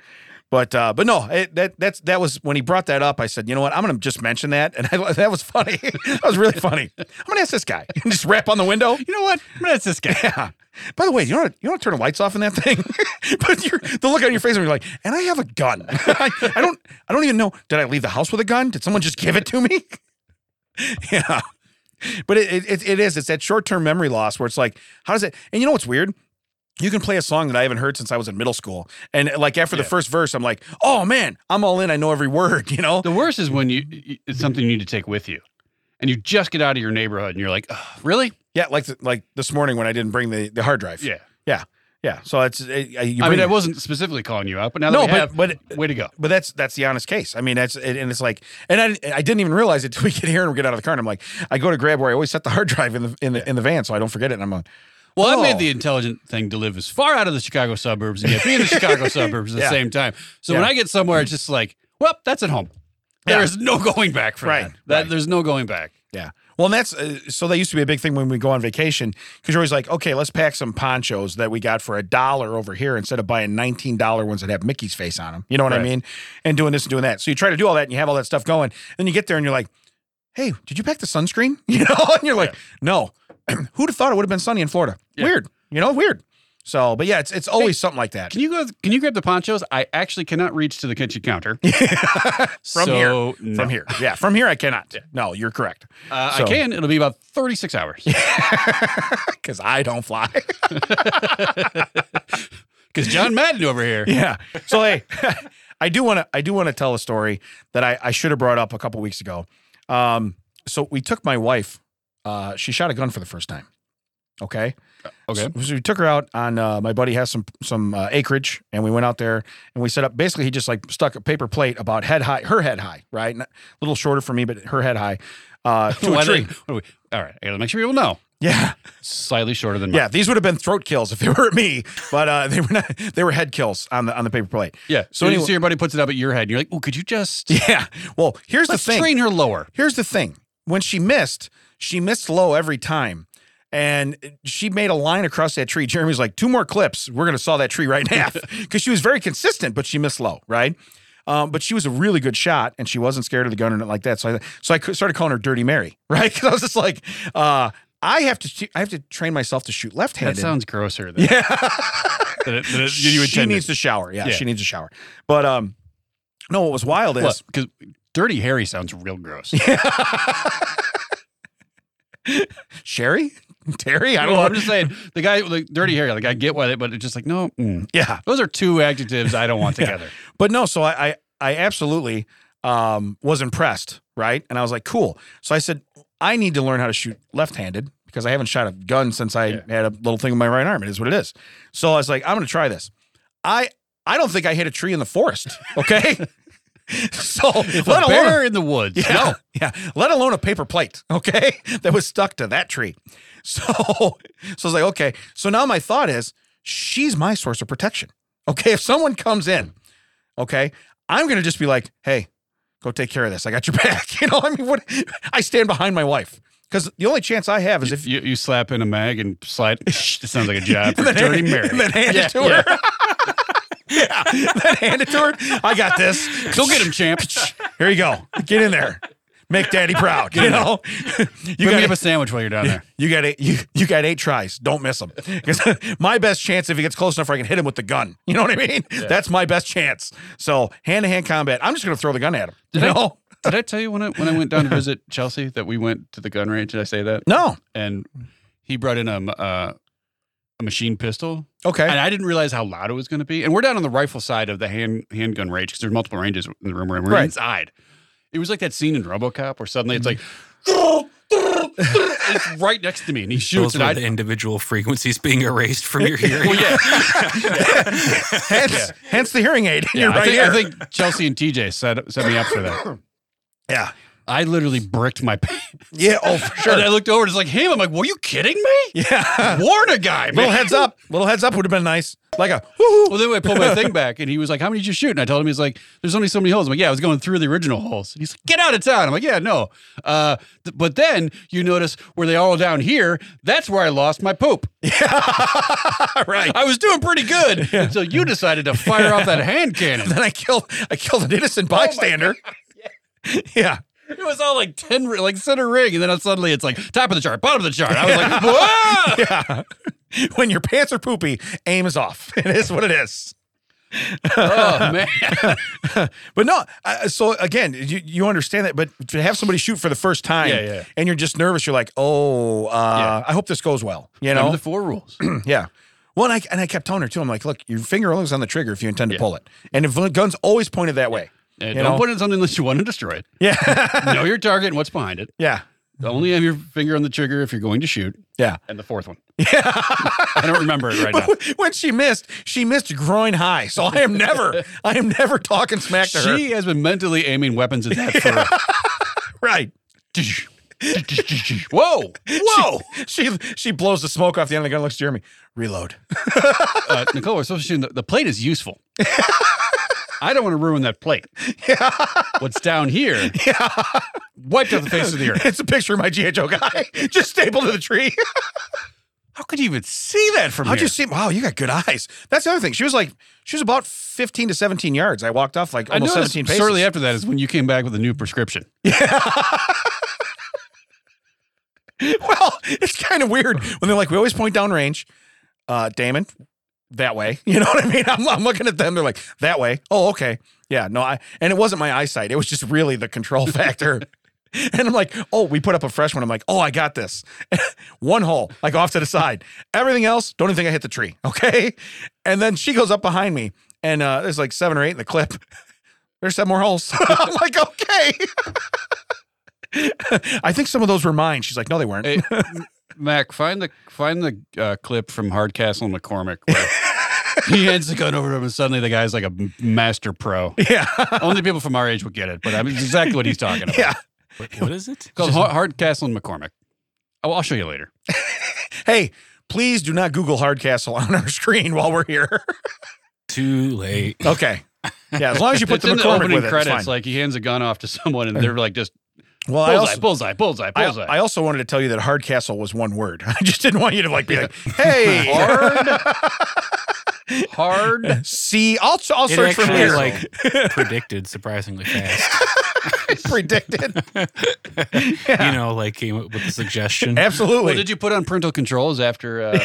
Speaker 2: But uh, but no, it, that that's that was when he brought that up. I said, you know what? I'm going to just mention that, and <laughs> I, that was funny. that was really funny. I'm going to ask this guy <laughs> and just rap on the window.
Speaker 1: You know what? I'm gonna ask this guy.
Speaker 2: <laughs> Yeah. By the way, you don't you don't turn the lights off in that thing. <laughs> but you're, the look on your face, and you're like, and I have a gun. <laughs> I, I don't I don't even know. Did I leave the house with a gun? Did someone just give it to me? <laughs> yeah. But it, it it is. It's that short term memory loss where it's like, how does it? And you know what's weird? You can play a song that I haven't heard since I was in middle school, and like after the
Speaker 1: Yeah.
Speaker 2: first verse, I'm like, oh man, I'm all in. I know every <laughs> word. You know.
Speaker 1: The worst is when you you- it's something you need to take with you, and you just get out of your neighborhood, and you're like, "Ugh, really?
Speaker 2: Yeah. Like th- like this morning when I didn't bring the the hard drive.
Speaker 1: Yeah.
Speaker 2: Yeah. So it's. uh, It, I
Speaker 1: I mean, I
Speaker 2: it,
Speaker 1: wasn't specifically calling you out, but now that
Speaker 2: no,
Speaker 1: we have,
Speaker 2: but but
Speaker 1: way to go.
Speaker 2: but that's that's the honest case. I mean, that's and and it's like, and I, I didn't even realize it till we get here and we get out of the car. And I'm like, I go to grab where I always set the hard <laughs> drive in the in the in the van, so I don't forget it. And I'm like,
Speaker 1: Well, I
Speaker 2: Oh.
Speaker 1: made the intelligent thing to live as far out of the Chicago suburbs and yet be in the
Speaker 2: <laughs>
Speaker 1: Chicago suburbs at the
Speaker 2: Yeah.
Speaker 1: same time. So
Speaker 2: Yeah.
Speaker 1: when I get somewhere, it's just like, well, that's at home.
Speaker 2: Yeah.
Speaker 1: There is no going back for
Speaker 2: Right,
Speaker 1: that. that
Speaker 2: right.
Speaker 1: There's no going back.
Speaker 2: yeah. Well, and that's uh, so that used to be a big thing when we go on vacation because you're always like, okay, let's pack some ponchos that we got for a dollar over here instead of buying nineteen dollar ones that have Mickey's face on them. You know what I
Speaker 1: Right.
Speaker 2: mean? And doing this and doing that. So you try to do all that and you have all that stuff going. Then you get there and you're like, hey, did you pack the sunscreen? <laughs> You know, and you're like, no. <clears throat> Who'd have thought it would have been sunny in Florida?
Speaker 1: Yeah.
Speaker 2: Weird. You know, weird. So, but yeah, it's it's always something like that.
Speaker 1: Can you go? Can you grab the ponchos? I actually cannot reach to the kitchen counter
Speaker 2: <laughs> from
Speaker 1: So,
Speaker 2: here.
Speaker 1: no.
Speaker 2: From here. Yeah. From here, I cannot. No, you're correct. <laughs>
Speaker 1: Uh,
Speaker 2: So-
Speaker 1: I can. It'll be about 36 hours
Speaker 2: Because I don't
Speaker 1: <laughs>
Speaker 2: fly.
Speaker 1: because John Madden over here.
Speaker 2: yeah. <laughs>
Speaker 1: <laughs>
Speaker 2: So hey, I do want to I do want to tell a story that I, I should have brought up a couple weeks ago. Um, so we took my wife. Uh, she shot a gun for the first time. Okay.
Speaker 1: Uh, Okay.
Speaker 2: So, so we took her out on uh, my buddy has some some uh, acreage, and we went out there and we set up. Basically, he just like stuck a paper plate about head high, her head high, right? Not- a little shorter for me, but her head high
Speaker 1: <laughs>
Speaker 2: uh, to
Speaker 1: Why
Speaker 2: a
Speaker 1: do they-
Speaker 2: tree.
Speaker 1: what do we- all right. I got to make sure people know. <laughs>
Speaker 2: Yeah.
Speaker 1: Slightly shorter than mine.
Speaker 2: Yeah, these would have been throat kills if they were at me, but uh, <laughs> they were not. They were head kills on the on the paper plate. <laughs>
Speaker 1: Yeah.
Speaker 2: So
Speaker 1: So, you
Speaker 2: anyway-
Speaker 1: see your buddy puts it up at your head. And you're like, oh, could you just
Speaker 2: Yeah. Well, here's
Speaker 1: let's
Speaker 2: the thing.
Speaker 1: train her lower?
Speaker 2: Here's the thing. When she missed, she missed low every time. And she made a line across that tree. Jeremy's like, two more clips. We're going to saw that tree right in
Speaker 1: <laughs>
Speaker 2: half. Because she was very consistent, but she missed low, right? Um, but she was a really good shot and she wasn't scared of the gun or nothing like that. So I, so I cou- started calling her Dirty Mary, <laughs> right? Because I was just like, uh, I have to, sh- I have to train myself to shoot left handed.
Speaker 1: That sounds grosser than,
Speaker 2: <laughs> yeah.
Speaker 1: than, it, than it- than you
Speaker 2: she
Speaker 1: intended.
Speaker 2: needs to shower. Yeah,
Speaker 1: Yeah.
Speaker 2: she needs a shower. But um, no, what was wild is
Speaker 1: because Dirty Harry sounds real
Speaker 2: <laughs>
Speaker 1: gross.
Speaker 2: Sherry, <laughs> Terry. I
Speaker 1: I
Speaker 2: don't
Speaker 1: I'm
Speaker 2: know.
Speaker 1: just saying the guy, like Dirty Harry. Like I get why they, but it's just like no. mm.
Speaker 2: yeah,
Speaker 1: Those are two adjectives I don't want
Speaker 2: <laughs>
Speaker 1: together.
Speaker 2: but no. So I, I, I absolutely um was impressed, right? And I was like, cool. So I said, I need to learn how to shoot left-handed because I haven't shot a gun since I
Speaker 1: Yeah.
Speaker 2: had a little thing with my right arm. It is what it is. So I was like, I'm going to try this. I, I don't think I hit a tree in the forest. Okay. <laughs> so
Speaker 1: If
Speaker 2: let
Speaker 1: a
Speaker 2: alone
Speaker 1: bear in the <laughs> woods.
Speaker 2: Yeah,
Speaker 1: No.
Speaker 2: yeah. Let alone a paper plate, <laughs> okay, that was stuck to that tree. <laughs> So, so I was like, okay. So now my thought is, she's my source of protection. <laughs> Okay, if someone comes in, okay, I'm gonna just be like, hey, go take care of this. I got your <laughs> back. You know, I mean, what? I stand behind my wife because the only chance I have is <laughs> if
Speaker 1: You, you slap <laughs>
Speaker 2: <laughs>
Speaker 1: in a mag and slide. It sounds like a job for Dirty Mary.
Speaker 2: and then <laughs> hand
Speaker 1: Yeah,
Speaker 2: it to
Speaker 1: yeah.
Speaker 2: her. <laughs> yeah, then hand it to her. I got this. <laughs>
Speaker 1: Go get him, champ.
Speaker 2: Here you go. Get in there. Make daddy proud. You know, <laughs> you
Speaker 1: Bring me
Speaker 2: got
Speaker 1: up a sandwich while you're down
Speaker 2: <laughs>
Speaker 1: there.
Speaker 2: you got eight, you, you got eight tries. Don't
Speaker 1: <laughs>
Speaker 2: miss them. Because <laughs> my best chance if he gets close enough, I can hit him with the gun. You know what I mean? That's my best chance. So hand to hand combat. I'm just gonna throw the gun at him.
Speaker 1: Did
Speaker 2: you
Speaker 1: I-
Speaker 2: know?
Speaker 1: Did I tell you when I when I went down to visit Chelsea that we went to the gun range? Did I say that?
Speaker 2: No.
Speaker 1: And he brought in a m- uh, a machine pistol,
Speaker 2: Okay.
Speaker 1: and I didn't realize how loud it was going to be. And we're down on the rifle side of the hand handgun range because there's multiple ranges in the room. We're
Speaker 2: Right. <laughs>
Speaker 1: inside. It was like that scene in RoboCop where suddenly it's
Speaker 2: Mm-hmm.
Speaker 1: like. it's right next to me, and he shoots,
Speaker 3: <laughs> Those
Speaker 1: and
Speaker 3: are
Speaker 1: I <laughs>
Speaker 3: the individual frequencies being erased from your hearing.
Speaker 1: Well, yeah,
Speaker 2: hence, hence the hearing aid. <laughs>
Speaker 1: yeah.
Speaker 2: <laughs> You're right
Speaker 1: I, think,
Speaker 2: here.
Speaker 1: I think Chelsea and TJ set set me up for that.
Speaker 2: <coughs> yeah.
Speaker 1: I literally bricked my <laughs> pants.
Speaker 2: Yeah. Oh, for
Speaker 1: <laughs> And
Speaker 2: sure.
Speaker 1: I looked over, and it's like him. I'm like, were you kidding me?
Speaker 2: <laughs> yeah.
Speaker 1: Warn a guy, man.
Speaker 2: little heads up. Little heads up would have been nice. Like a woo.
Speaker 1: Well, then I pulled my thing back, and he was like, "How many did you shoot?" And I told him, "He's like, there's only so many holes." I'm like, "Yeah, I was going through the original holes." And he's like, "Get out of town." I'm like, "Yeah, no." Uh, th- but then you notice where they all down here. That's where I lost my poop.
Speaker 2: <laughs> right.
Speaker 1: I was doing pretty good until you decided to fire off that hand
Speaker 2: <laughs>
Speaker 1: cannon.
Speaker 2: <laughs> Then I killed I killed an
Speaker 1: Oh
Speaker 2: innocent bystander. <laughs> yeah.
Speaker 1: It was all like ten, ri- like center ring, and then suddenly it's like top of the chart, bottom of the chart. I was
Speaker 2: <laughs>
Speaker 1: like, "Whoa!"
Speaker 2: Yeah. <laughs> when your pants are poopy, aim is off. <laughs> It is what it is.
Speaker 1: Oh man,
Speaker 2: But no, I, so again, you, you understand that. But to have somebody shoot for the first time,
Speaker 1: Yeah, yeah.
Speaker 2: and you're just nervous, you're like, oh, uh, I hope this goes well. You
Speaker 1: Remember
Speaker 2: know, Hmm,
Speaker 1: the four
Speaker 2: <clears throat>
Speaker 1: rules.
Speaker 2: yeah. Well, and I, and I kept telling her too. I'm like, look, your finger always on the trigger if you intend to
Speaker 1: Yeah.
Speaker 2: pull it, and if the gun's always pointed that way.
Speaker 1: Yeah,
Speaker 2: You
Speaker 1: don't
Speaker 2: know?
Speaker 1: put it in something unless you want to destroy it.
Speaker 2: Yeah, <laughs>
Speaker 1: know your target and what's behind it.
Speaker 2: yeah,
Speaker 1: Only have your finger on the trigger if you're going to shoot.
Speaker 2: yeah. <laughs>
Speaker 1: And the fourth one. <laughs> Yeah. I don't remember it right <laughs> now.
Speaker 2: when she missed, she missed groin high. So I am
Speaker 1: <laughs>
Speaker 2: never, I am never talking smack to her.
Speaker 1: She has been mentally aiming weapons at that <laughs> for.
Speaker 2: Right.
Speaker 1: <laughs> Whoa!
Speaker 2: Whoa! She, she blows the smoke off the end of the gun. Looks at Jeremy. Reload.
Speaker 1: Uh, Nicole, we're supposed to shoot. The, the plate is <laughs> useful. I don't want to ruin that plate. What's down here wiped out the face of the earth.
Speaker 2: <laughs> It's a picture of my GI Joe guy <laughs> just stapled to the tree.
Speaker 1: How could you even see that from
Speaker 2: <laughs> How'd
Speaker 1: here?
Speaker 2: you see? Wow, you got good eyes. That's the other thing. She was like, she was about 15 to 17 yards. I walked off
Speaker 1: <laughs>
Speaker 2: like
Speaker 1: I
Speaker 2: almost
Speaker 1: noticed
Speaker 2: 17 paces.
Speaker 1: shortly after that is when you came back with a new <laughs> prescription.
Speaker 2: <laughs> Well, it's kind of weird when they're like, we always point down range. Uh, Damon, that way. <laughs> You know what I mean? I'm, I'm looking at them. They're like, that way. Oh, okay. Yeah, no, I, and it wasn't my eyesight. It was just really the control <laughs> factor. and I'm like, oh, we put up a fresh one. I'm like, oh, I got this. <laughs> one hole, like off to the side. Everything else, don't even think I hit the tree. <laughs> Okay. And then she goes up behind me, and uh, there's like seven or eight in the clip. <laughs> There's seven more holes. <laughs> I'm like, okay. <laughs> I think some of those were mine. She's like, no, they weren't.
Speaker 1: Hey, M- Mac, find the find the uh, clip from Hardcastle and McCormick <laughs> where he hands the gun over to him, and suddenly the guy's like a m- master pro.
Speaker 2: <laughs> Yeah. <laughs>
Speaker 1: Only people from our age would get it, but I mean, it's exactly what he's talking about.
Speaker 2: Yeah.
Speaker 3: <laughs> What- what is it?
Speaker 1: It's called Har- Hardcastle and McCormick. Oh, I'll show you later.
Speaker 2: Hey, please do not Google Hardcastle <laughs> on our screen while we're here. <laughs>
Speaker 3: Too late.
Speaker 2: okay. Yeah, as long as you put
Speaker 1: it's
Speaker 2: the
Speaker 1: in the
Speaker 2: McCormick
Speaker 1: opening
Speaker 2: with it, it's
Speaker 1: credits.
Speaker 2: fine.
Speaker 1: Like he hands a gun off to someone, and they're like just
Speaker 2: well, <laughs> I
Speaker 1: bullseye,
Speaker 2: also,
Speaker 1: bullseye, bullseye,
Speaker 2: I,
Speaker 1: bullseye.
Speaker 2: I also wanted to tell you that Hardcastle was one word. <laughs> I just didn't want you to like be like, hey,
Speaker 1: <laughs> hard,
Speaker 2: <laughs>
Speaker 1: hard.
Speaker 2: see, I'll, I'll
Speaker 3: It
Speaker 2: search for
Speaker 3: actually
Speaker 2: here.
Speaker 3: like predicted surprisingly fast.
Speaker 2: <laughs> predicted.
Speaker 3: You know, like came up with
Speaker 2: <laughs>
Speaker 3: the suggestion.
Speaker 1: Well,
Speaker 2: Absolutely.
Speaker 1: did you put on parental controls after
Speaker 2: <laughs>
Speaker 1: uh,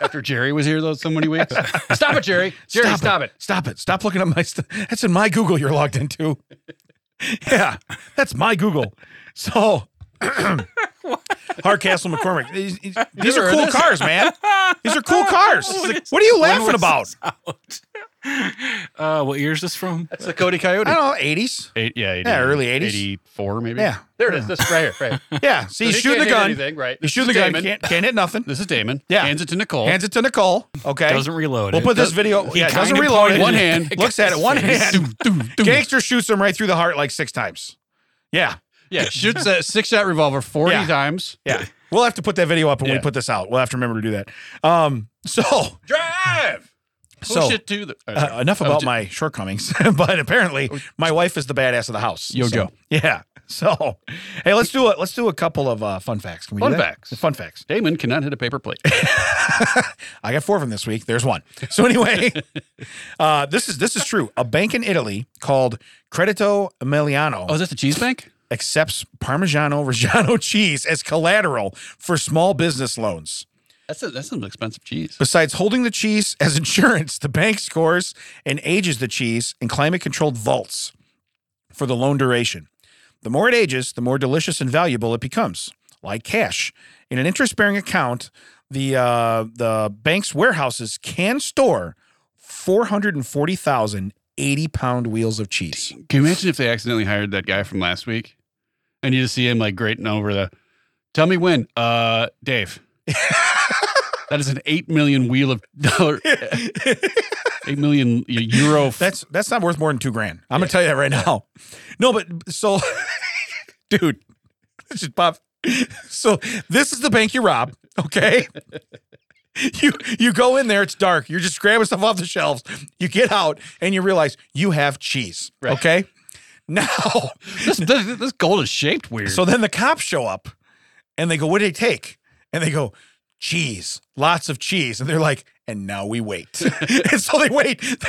Speaker 1: after Jerry was here those so many weeks? stop it, Jerry! <laughs> Jerry, stop, it.
Speaker 2: Stop it. Stop looking at my stuff. That's in my Google you're logged into. <laughs> yeah, that's my Google. So,
Speaker 1: <clears throat>
Speaker 2: Hardcastle McCormick. These,
Speaker 1: <laughs>
Speaker 2: these- these
Speaker 1: never
Speaker 2: are
Speaker 1: heard
Speaker 2: cool
Speaker 1: this.
Speaker 2: cars, man. These
Speaker 1: <laughs>
Speaker 2: are cool cars.
Speaker 3: What is-
Speaker 2: what are you
Speaker 3: when
Speaker 2: laughing
Speaker 3: was
Speaker 2: about?
Speaker 3: this out? <laughs> Uh, what year is this from?
Speaker 1: That's the Cody Coyote.
Speaker 2: I don't know,
Speaker 1: <laughs>
Speaker 2: eighties.
Speaker 1: Eight, yeah, 80,
Speaker 2: Yeah, early 80s.
Speaker 1: 84 maybe.
Speaker 2: Yeah.
Speaker 1: There it is. This right here, right. <laughs> So
Speaker 2: Yeah. See,
Speaker 1: he
Speaker 2: he's shooting
Speaker 1: can't
Speaker 2: the
Speaker 1: hit
Speaker 2: gun.
Speaker 1: Anything, right.
Speaker 2: He's shooting the
Speaker 1: This is
Speaker 2: gun.
Speaker 1: Damon.
Speaker 2: Can't, can't hit nothing.
Speaker 1: This is Damon.
Speaker 2: Yeah.
Speaker 1: Hands it to Nicole.
Speaker 2: Hands it to Nicole. Okay.
Speaker 3: Doesn't reload
Speaker 2: we'll
Speaker 3: it.
Speaker 2: put this
Speaker 3: Does-
Speaker 2: video.
Speaker 3: he
Speaker 2: Yeah, doesn't
Speaker 3: kinda
Speaker 2: reload
Speaker 3: pointed
Speaker 2: it.
Speaker 1: One hand.
Speaker 2: Looks at it.
Speaker 1: <laughs>
Speaker 2: One hand.
Speaker 1: Doom, doom, doom.
Speaker 2: Gangster shoots him right through the heart like six times. Yeah.
Speaker 1: Yeah, shoots a six shot revolver 40
Speaker 2: Yeah.
Speaker 1: times.
Speaker 2: Yeah. We'll have to put that video up when we
Speaker 1: Yeah.
Speaker 2: put this out. We'll have to remember to do that. Um, so
Speaker 1: <laughs> Drive! Push
Speaker 2: So,
Speaker 1: it to the.
Speaker 2: uh, enough
Speaker 1: Oh,
Speaker 2: about
Speaker 1: j- Oh,
Speaker 2: <laughs> my shortcomings, but apparently my wife is the badass of the house.
Speaker 1: Yo,
Speaker 2: so,
Speaker 1: Joe.
Speaker 2: Yeah. So, hey, let's do a let's do a couple of uh, fun facts. Can we
Speaker 1: Fun
Speaker 2: do that?
Speaker 1: facts.
Speaker 2: Fun facts.
Speaker 1: Damon cannot hit a paper plate.
Speaker 2: I got four of them this week. There's one.
Speaker 1: <laughs>
Speaker 2: So anyway, uh, this is this is true. A bank in Italy called Credito Emiliano
Speaker 1: Oh, is that the cheese bank?
Speaker 2: accepts Parmigiano Reggiano <laughs> cheese as collateral for small business loans.
Speaker 1: That's a, that's some expensive cheese.
Speaker 2: Besides holding the cheese as <laughs> insurance, the bank scores and ages the cheese in climate controlled vaults for the loan duration. The more it ages, the more delicious and valuable it becomes, like cash. In an interest bearing account, the, uh, the bank's warehouses can store 440,000 80 pound wheels of cheese.
Speaker 1: Can you imagine if they accidentally hired that guy from last week, and you just see him like grating over the? Tell me when, uh,
Speaker 2: <laughs>
Speaker 1: Dave. that is an eight million wheel of
Speaker 2: <laughs>
Speaker 1: dollar, eight million euro. f-
Speaker 2: That's that's not worth more than two grand. I'm gonna tell you that right now. No, but so, <laughs> dude, this is pop. So this is the bank you rob. Okay, <laughs> you you go in there. It's dark. You're just grabbing stuff off the shelves. You get out and you realize you have cheese.
Speaker 1: Right.
Speaker 2: Okay, now
Speaker 1: this, this, this gold is shaped weird.
Speaker 2: so then the cops show up and they go, "What did it take?" And they go, "Cheese, lots of cheese." And they're like, "And now we wait." and so they wait. <laughs>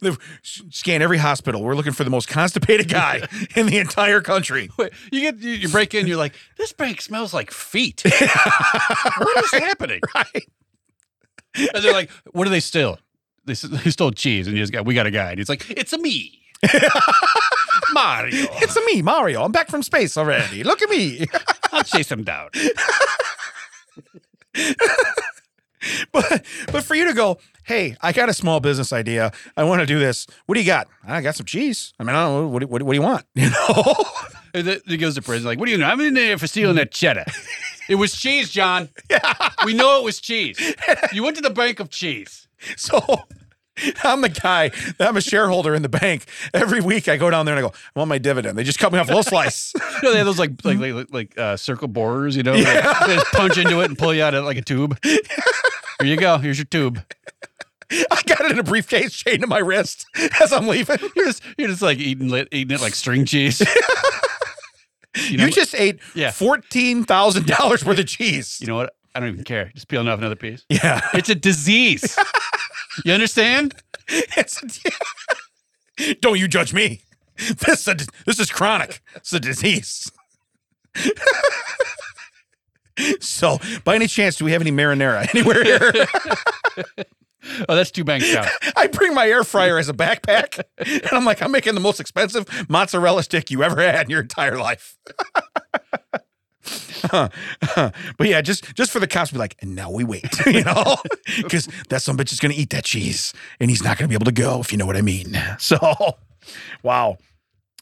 Speaker 2: they scan every hospital. We're looking for the most constipated guy in the entire country.
Speaker 1: Wait, you get you, you break in, you're like, this bank smells like feet. what is happening?
Speaker 2: Right.
Speaker 1: And they're like, what do they steal? They, s- they stole cheese, and you just got we got a guy, and he's like, it's a me, Mario.
Speaker 2: It's me, Mario. I'm back from space already. Look at me. <laughs>
Speaker 1: I'll chase him down.
Speaker 2: but but for you to go, hey, I got a small business idea. I want to do this. What do you got? I got some cheese. I mean, I don't know. What do, what, do- what do you want? <laughs> You know.
Speaker 1: And then he goes to prison. Like, what do you know? I'm in there for stealing that cheddar. it was cheese, John. We know it was cheese. You went to the bank of cheese.
Speaker 2: <laughs> So I'm the guy, I'm a shareholder in the bank. Every week I go down there and I go, I want my dividend. They just cut me off a little slice. <laughs>
Speaker 1: You know, <laughs> they have those like like like, like uh, circle borers. You know, they, they just punch into it and pull you out of like a <laughs> tube. Here you go. Here's your tube.
Speaker 2: I got it in a briefcase chained to my wrist <laughs> as I'm leaving.
Speaker 1: You're just you're just like eating lit, eating it like string <laughs> cheese.
Speaker 2: You,
Speaker 1: know-
Speaker 2: just ate
Speaker 1: Yeah.
Speaker 2: $14,000 worth of cheese.
Speaker 1: You know what? I don't even care. Just peeling off another piece.
Speaker 2: yeah. <laughs>
Speaker 1: It's a <laughs> disease. You understand?
Speaker 2: It's- don't you judge me. This is a, this is chronic. It's a disease. <laughs> so, by any chance, do we have any marinara anywhere
Speaker 1: <laughs>
Speaker 2: here?
Speaker 1: Oh, that's two banks down.
Speaker 2: I bring my air fryer as a backpack, and I'm like, I'm making the most expensive mozzarella stick you ever had in your entire life. <laughs> but yeah, just just for the cops to be like, and now we wait, <laughs> you know, because that some bitch is gonna eat that cheese, and he's not gonna be able to go, if you know what I mean. <laughs> So, wow.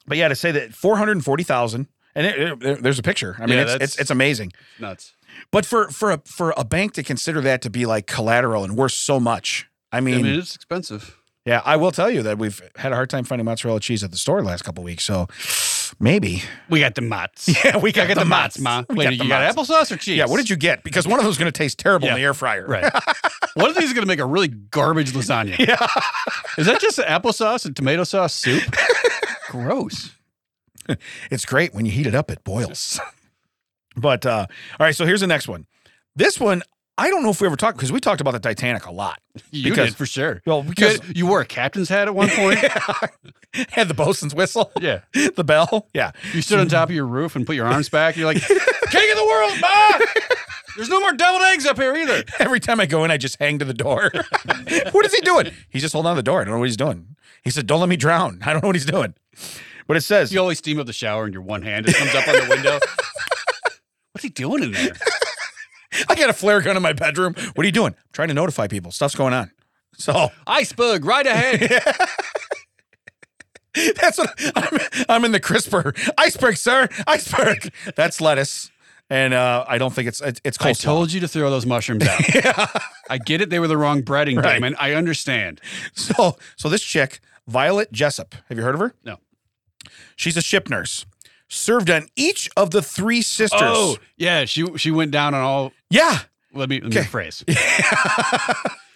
Speaker 2: But yeah, to say that 440,000, and it, it- there- there's a picture. I mean,
Speaker 1: Yeah,
Speaker 2: it's,
Speaker 1: that's-
Speaker 2: it's it's amazing.
Speaker 1: <laughs> Nuts.
Speaker 2: But for for a for a bank to consider that to be like collateral and worth so much, I
Speaker 1: I
Speaker 2: mean,
Speaker 1: mean, it's expensive.
Speaker 2: yeah, I will tell you that we've had a hard time finding mozzarella cheese at the store the last couple weeks. So
Speaker 1: <laughs>
Speaker 2: maybe.
Speaker 1: We got the mats.
Speaker 2: Yeah, we
Speaker 1: I got the mats, ma.
Speaker 2: We
Speaker 1: Wait, you got applesauce or cheese?
Speaker 2: Yeah, what did you get? Because one of them's going to taste terrible in
Speaker 1: Yeah.
Speaker 2: the air fryer.
Speaker 1: <laughs> Right. One of these is going to make a really garbage <laughs> lasagna.
Speaker 2: Yeah.
Speaker 1: Is that just applesauce and tomato sauce soup? <laughs> Gross.
Speaker 2: <laughs> It's great when you heat it up, it boils. <laughs> but uh, all right, so here's the next one. This one, I don't know if we ever talked because we talked about the Titanic a lot.
Speaker 1: You
Speaker 2: Because-
Speaker 1: did for sure.
Speaker 2: Well,
Speaker 1: You,
Speaker 2: because
Speaker 1: had- you wore a captain's hat at one point.
Speaker 2: <laughs> had the bosun's whistle,
Speaker 1: yeah.
Speaker 2: <laughs> the bell. Yeah.
Speaker 1: You stood on top of your roof and put your arms back. You're like,
Speaker 2: <laughs>
Speaker 1: King of the world, ma! There's no more deviled eggs up here either.
Speaker 2: Every time I go in, I just hang to the door. <laughs> what is he doing? He's just holding on to the door. I don't know what he's doing. He said, Don't let me drown. I don't know what he's doing. But it says,
Speaker 1: You always steam up the shower in your one hand. It comes up on the
Speaker 2: <laughs>
Speaker 1: window. What's he doing in there?
Speaker 2: I got a flare gun in my bedroom. What are you doing? I'm trying to notify people. Stuff's going on. So <laughs>
Speaker 1: Iceberg right ahead.
Speaker 2: that's what I'm, I'm in the crisper. Iceberg, sir. Iceberg. That's lettuce. And uh, I don't think it's it's it's
Speaker 1: I
Speaker 2: coleslaw.
Speaker 1: told you to throw those mushrooms out.
Speaker 2: <laughs>
Speaker 1: I get it. They were the wrong breading,
Speaker 2: Right.
Speaker 1: Damon. I understand.
Speaker 2: So so this chick, Violet Jessup. Have you heard of her?
Speaker 1: No.
Speaker 2: She's a ship nurse. Served on each of the three sisters.
Speaker 1: Oh, yeah. She she went down on all.
Speaker 2: yeah.
Speaker 1: Let me, let me
Speaker 2: Okay. <laughs>
Speaker 1: phrase.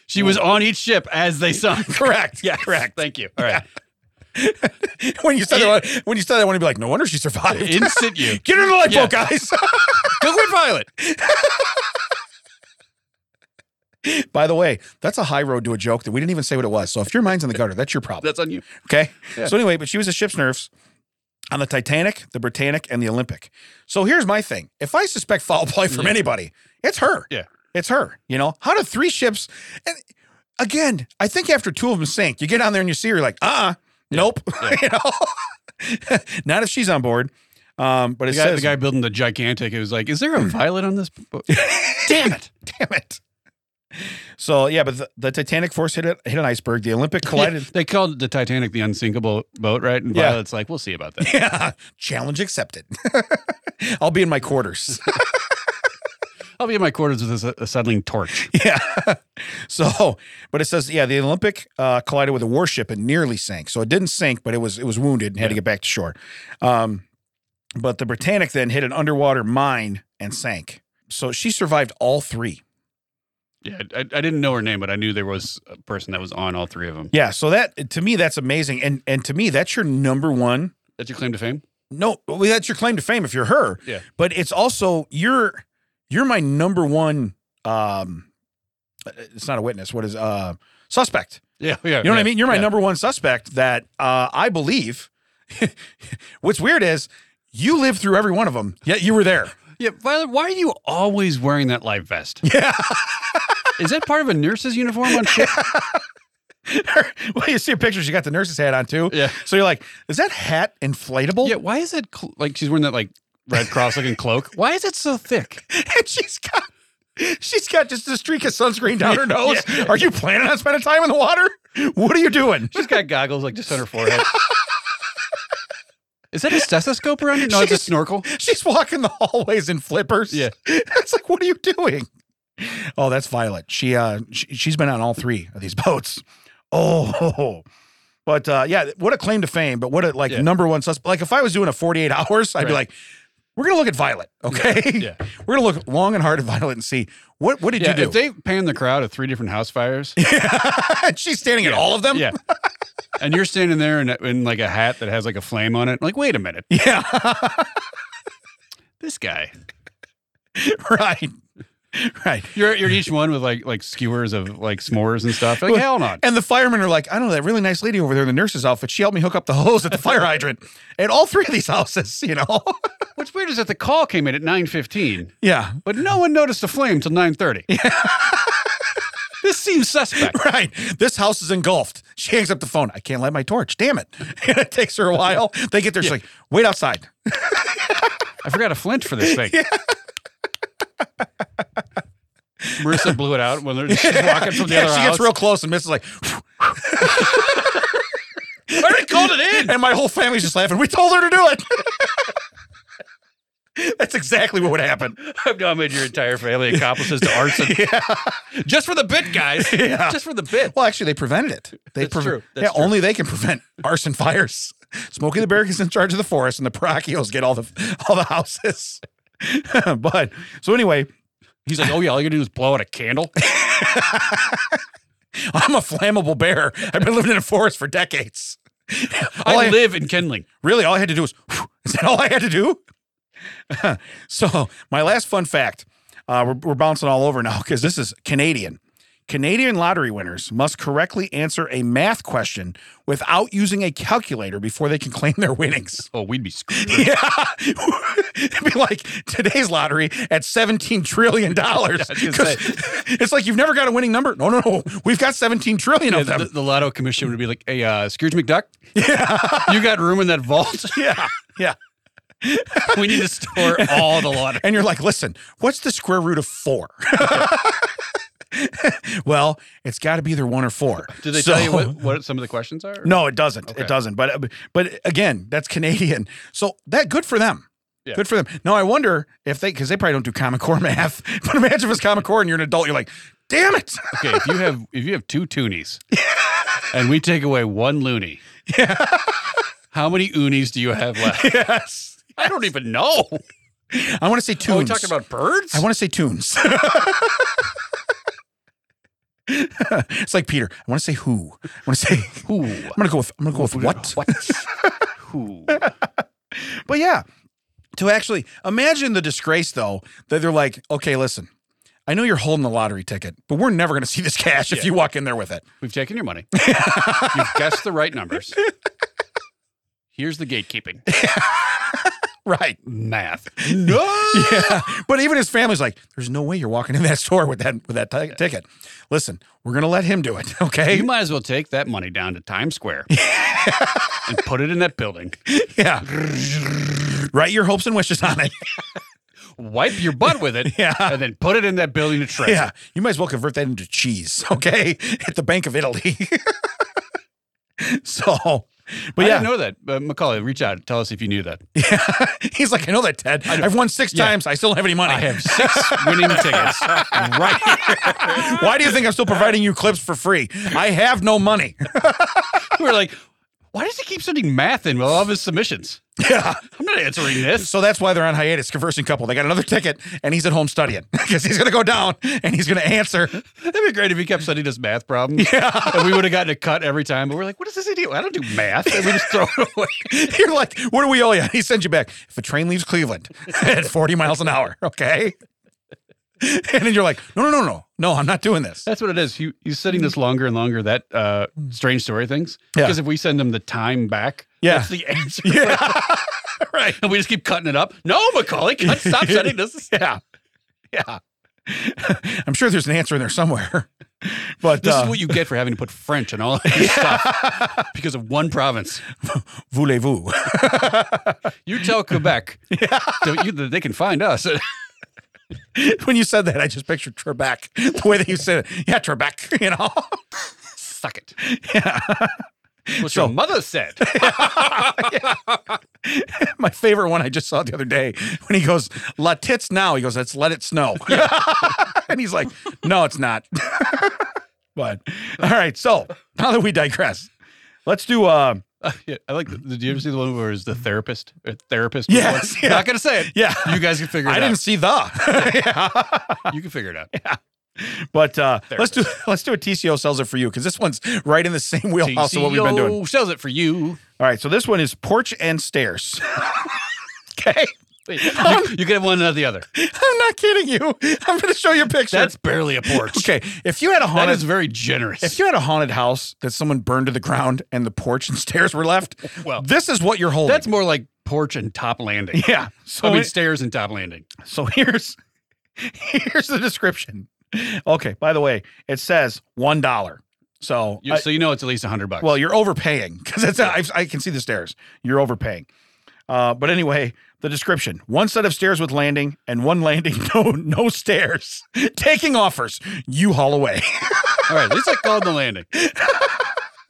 Speaker 1: she was on each ship as they sunk.
Speaker 2: Correct.
Speaker 1: <laughs> Yes. Thank you. All right.
Speaker 2: <laughs> when you said that, when you said that, I want to be like, no wonder she survived.
Speaker 1: in situ.
Speaker 2: <laughs> Get her in the light
Speaker 1: Yeah.
Speaker 2: bulb, guys. <laughs>
Speaker 1: Go Red Violet.
Speaker 2: By the way, that's a high road to a joke that we didn't even say what it was. So if your mind's in the gutter, that's your problem.
Speaker 1: That's on you.
Speaker 2: Okay.
Speaker 1: <laughs> Yeah.
Speaker 2: So anyway, but she was a ship's nurse on the Titanic, the Britannic, and the Olympic. So here's my thing: if I suspect foul play from
Speaker 1: Yeah.
Speaker 2: anybody, it's her.
Speaker 1: Yeah.
Speaker 2: it's her. You know, how do three ships? And again, I think after two of them sank, you get on there and you see her like, uh, uh nope. <laughs> you know, <laughs> not if she's on board. Um, but it
Speaker 1: The guy,
Speaker 2: says
Speaker 1: the guy building the gigantic, it was like, is there a violet on <laughs> this? boat?" Damn <laughs> it.
Speaker 2: Damn it. So yeah, but the, the Titanic force hit it, hit an iceberg. The Olympic collided.
Speaker 1: Yeah, they called the Titanic the unsinkable boat, right? And
Speaker 2: Yeah.
Speaker 1: Violet's like, we'll see about that.
Speaker 2: Yeah. Challenge accepted. <laughs> I'll be in my quarters. <laughs>
Speaker 1: I'll be in my quarters with a, s- a settling torch.
Speaker 2: yeah. So, but it says yeah, the Olympic uh, collided with a warship and nearly sank. So it didn't sink, but it was it was wounded and had to get back to shore. Um, but the Britannic then hit an underwater mine and sank. So she survived all three.
Speaker 1: Yeah, I, I didn't know her name, but I knew there was a person that was on all three of them.
Speaker 2: Yeah. So that to me that's amazing, and and to me that's your number one
Speaker 1: That's your claim to fame?
Speaker 2: No, well, that's your claim to fame if you're her.
Speaker 1: Yeah.
Speaker 2: But it's also you're you're my number one um it's not a witness, what is uh suspect.
Speaker 1: Yeah, <laughs> yeah.
Speaker 2: You know what
Speaker 1: yeah,
Speaker 2: I mean? You're my
Speaker 1: yeah.
Speaker 2: number one suspect that uh I believe <laughs> what's weird is you lived through every one of them, yet you
Speaker 1: <laughs>
Speaker 2: were there.
Speaker 1: Yeah, Violet, why are you always wearing that life <laughs> vest?
Speaker 2: Yeah.
Speaker 1: Is that part of a nurse's uniform on ship?
Speaker 2: <laughs> well, you see a picture, she got the nurse's hat on too.
Speaker 1: <laughs> Yeah.
Speaker 2: So you're like, is that hat inflatable?
Speaker 1: Yeah, why is that cl- like she's wearing that like Red Cross looking cloak? Why is it so thick?
Speaker 2: <laughs> and she's got she's got just a streak of sunscreen down her nose. Are you planning on spending time in the water? What are you doing?
Speaker 1: She's got goggles like just on her forehead. Is that a stethoscope around her? No, it's a
Speaker 2: She's-
Speaker 1: snorkel.
Speaker 2: <laughs> She's walking the hallways in flippers.
Speaker 1: Yeah.
Speaker 2: <laughs> it's like, what are you doing? Oh, that's Violet. She uh, she, she's been on all three of these boats. Oh, <laughs> but uh, yeah, what a claim to fame. But what a like
Speaker 1: Yeah.
Speaker 2: number one suspect. Like if I was doing a forty-eight <laughs> hours, I'd be
Speaker 1: Right.
Speaker 2: like, we're gonna look at Violet. Okay,
Speaker 1: Yeah.
Speaker 2: <laughs> we're gonna look long and hard at Violet and see what what did
Speaker 1: Yeah,
Speaker 2: you do?
Speaker 1: if they pan the crowd at three different house fires,
Speaker 2: <laughs> she's standing at all of
Speaker 1: <laughs>
Speaker 2: them.
Speaker 1: yeah, and you're standing there in, in like a hat that has like a flame on it, like wait a minute,
Speaker 2: <laughs> yeah.
Speaker 1: this guy.
Speaker 2: right. Right.
Speaker 1: You're you're each one with like like skewers of like s'mores and stuff. Like
Speaker 2: Well,
Speaker 1: hell <laughs> not.
Speaker 2: And the firemen are like, I know that really nice lady over there in the nurse's outfit. She helped me hook up the hose at the
Speaker 1: <laughs>
Speaker 2: fire hydrant at all three of these houses, you know? <laughs>
Speaker 1: What's weird is that the call came in at nine fifteen,
Speaker 2: yeah.
Speaker 1: but no one noticed the flame till nine thirty. this seems suspect.
Speaker 2: Right. This house is engulfed. She hangs up the phone. I can't light my torch. Damn it. <laughs> And it takes her
Speaker 1: <laughs>
Speaker 2: a while. They get there. She's like, wait outside.
Speaker 1: I forgot a flint for <laughs> this thing. Marissa blew it out when they're <laughs> she's walking from the
Speaker 2: Yeah,
Speaker 1: other
Speaker 2: she
Speaker 1: house.
Speaker 2: gets real close and <laughs> misses like,
Speaker 1: <laughs> I already called it in.
Speaker 2: and my whole family's just laughing. We told her to do it. <laughs> That's exactly what would happen.
Speaker 1: I've now made your entire family accomplices to arson. <laughs> Just for the bit, guys.
Speaker 2: <laughs> Yeah.
Speaker 1: Just for the bit.
Speaker 2: Well, actually, they prevented it. They
Speaker 1: That's true. That's
Speaker 2: yeah,
Speaker 1: true.
Speaker 2: only they can prevent <laughs> arson fires. Smokey the Bear is in charge of the forest, and the Parakios get all the all the houses. <laughs> but so anyway,
Speaker 1: He's like, oh yeah, all you gotta do is blow out a <laughs> candle.
Speaker 2: I'm a flammable bear. I've been living in a forest for decades. All
Speaker 1: I live in kindling.
Speaker 2: really all I had to do was <laughs> is that all I had to do? <laughs> so my last fun fact, uh, we're, we're bouncing all over now because this is Canadian. Canadian lottery winners must correctly answer a math question without using a calculator before they can claim their
Speaker 1: <laughs>
Speaker 2: winnings.
Speaker 1: Oh, we'd be screwed.
Speaker 2: Yeah, <laughs> it'd be like today's lottery at seventeen trillion
Speaker 1: <laughs>
Speaker 2: dollars.
Speaker 1: I
Speaker 2: <laughs>
Speaker 1: was gonna say.
Speaker 2: It's like you've never got a winning number. No, no, no. We've got seventeen trillion of them.
Speaker 1: The, the lotto commission would be like, hey, uh, Scrooge McDuck,
Speaker 2: <laughs>
Speaker 1: you got room in that vault? <laughs>
Speaker 2: yeah, yeah.
Speaker 1: we need to store all the lottery.
Speaker 2: and you're like, listen, what's the square root of four? <laughs> well, it's got to be either one
Speaker 1: <laughs>
Speaker 2: or four.
Speaker 1: Did they
Speaker 2: So-
Speaker 1: tell you what, what some of the questions are?
Speaker 2: <laughs> No, it doesn't.
Speaker 1: Okay.
Speaker 2: It doesn't. But but again, that's Canadian. So that good for them.
Speaker 1: Yeah.
Speaker 2: Good for them. Now I wonder if they because they probably don't do Common Core <laughs> math. But imagine if it's Common Core and you're an adult, you're like, damn
Speaker 1: <laughs>
Speaker 2: it.
Speaker 1: Okay, if you have if you have two toonies and we take away one loony, how many oonies do you have left?
Speaker 2: yes.
Speaker 1: I don't even know. Oh,
Speaker 2: I want to say tunes. <laughs>
Speaker 1: Are we talking about birds?
Speaker 2: I want to say tunes. it's like Peter. I want to say who. I want to say.
Speaker 1: Who?
Speaker 2: I'm gonna go with. I'm gonna go with what.
Speaker 1: What? Who?
Speaker 2: But yeah, to actually imagine the disgrace though that they're like, okay, listen, I know you're holding the lottery ticket, but we're never gonna <laughs> see this cash if
Speaker 1: Yeah.
Speaker 2: you walk in there with it.
Speaker 1: We've taken your money. You've guessed the right numbers. Here's the gatekeeping
Speaker 2: Right.
Speaker 1: math. No.
Speaker 2: <laughs> Yeah. But even his family's like, there's no way you're walking in that <laughs> store with that with that ti- ticket. Listen, we're gonna let him do it. <laughs> Okay.
Speaker 1: You might as well take that money down to Times Square and put it in that building. <laughs>
Speaker 2: Yeah. Write your hopes and wishes on it.
Speaker 1: Wipe your butt with it,
Speaker 2: Yeah.
Speaker 1: and then put it in that building to treasure.
Speaker 2: Yeah, you might as well convert that into cheese, <laughs> okay? At the Bank of Italy. <laughs> so, but
Speaker 1: I
Speaker 2: yeah,
Speaker 1: didn't know that. Uh, Macaulay, reach out. Tell us if you knew that.
Speaker 2: <laughs> he's like, I know that, Ted. I've won six
Speaker 1: Yeah.
Speaker 2: times. I still don't have any money.
Speaker 1: I have <laughs> six winning tickets. Right.
Speaker 2: <laughs> Why do you think I'm
Speaker 1: Uh,
Speaker 2: still providing you clips for free? I have
Speaker 1: <laughs>
Speaker 2: no money. <laughs>
Speaker 1: We We're like, why does he keep sending math in with all of his submissions?
Speaker 2: yeah.
Speaker 1: I'm not answering this.
Speaker 2: So that's why they're on hiatus, conversing couple. They got another ticket, and he's at home studying <laughs> because he's going to go down and he's going to answer. <laughs>
Speaker 1: That'd be great if he kept sending us math problems.
Speaker 2: Yeah.
Speaker 1: And we would have gotten a cut every time. But we're like, what does this idiot? I don't do math. And we just throw it <laughs> away.
Speaker 2: You're like, what do we owe you? He sends you back. If a train leaves Cleveland <laughs> at 40 miles an hour, <laughs> okay? And then you're like, no, no, no, no. No, I'm not doing this.
Speaker 1: That's what it is. He, he's sending this longer and longer, that uh, strange story things.
Speaker 2: Yeah.
Speaker 1: Because if we send him the time back,
Speaker 2: Yeah.
Speaker 1: that's the <laughs> answer.
Speaker 2: Yeah. right.
Speaker 1: And we just keep cutting it up. No, Macaulay, cut, <laughs> stop sending this.
Speaker 2: Yeah. Yeah. I'm sure there's an answer in there somewhere. <laughs> But
Speaker 1: This
Speaker 2: uh,
Speaker 1: is what you get for having to put French and all of <laughs> this stuff because of one province.
Speaker 2: voulez-vous?
Speaker 1: You tell
Speaker 2: <laughs>
Speaker 1: Quebec that you- that they can find us. <laughs>
Speaker 2: <laughs> when you said that, I just pictured Trebek, the way that you said it. Yeah, Trebek, <laughs> you know?
Speaker 1: Suck it.
Speaker 2: yeah.
Speaker 1: What
Speaker 2: So-
Speaker 1: your mother said.
Speaker 2: <laughs> My favorite one I just saw the other day when he goes, La tits now. He goes, Let's let it snow. <laughs> and he's like, No, it's not. <laughs> but all right. So now that we digress, let's do uh
Speaker 1: Yeah, I like. the- Did you ever see the one where it's the therapist? Or therapist.
Speaker 2: Yes,
Speaker 1: Like,
Speaker 2: yeah.
Speaker 1: Not gonna say it.
Speaker 2: yeah.
Speaker 1: You guys can figure it
Speaker 2: <laughs> I didn't see the. <laughs>
Speaker 1: <laughs>
Speaker 2: Yeah.
Speaker 1: out. You can figure it out.
Speaker 2: But uh, let's do <laughs> let's do a TCO sells it for you because this one's right in the same wheelhouse of what we've been doing.
Speaker 1: TCO sells it for you.
Speaker 2: All right, so this one is porch and stairs. <laughs> okay, <laughs>
Speaker 1: Wait, you, you get one or the other.
Speaker 2: I'm not kidding you. I'm going to show you a picture.
Speaker 1: That's barely a porch.
Speaker 2: okay. If you had a
Speaker 1: That
Speaker 2: haunted,
Speaker 1: is very generous.
Speaker 2: if you had a haunted house that someone burned to the ground and the porch and <laughs> stairs were left,
Speaker 1: Well,
Speaker 2: this is what you're holding.
Speaker 1: That's more like porch and top landing.
Speaker 2: yeah. So
Speaker 1: I mean,
Speaker 2: it-
Speaker 1: stairs and top landing.
Speaker 2: <laughs> So here's here's the description. Okay. By the way, it says one dollar. So
Speaker 1: You,
Speaker 2: I-
Speaker 1: so you know it's at least a hundred bucks.
Speaker 2: Well, you're overpaying because it's. I, I can see the stairs. You're overpaying. Uh, but anyway, the description: one set of stairs with landing, and one <laughs> landing, no, no stairs. Taking offers, you haul away.
Speaker 1: all right. At least I called the
Speaker 2: <laughs>
Speaker 1: landing. Do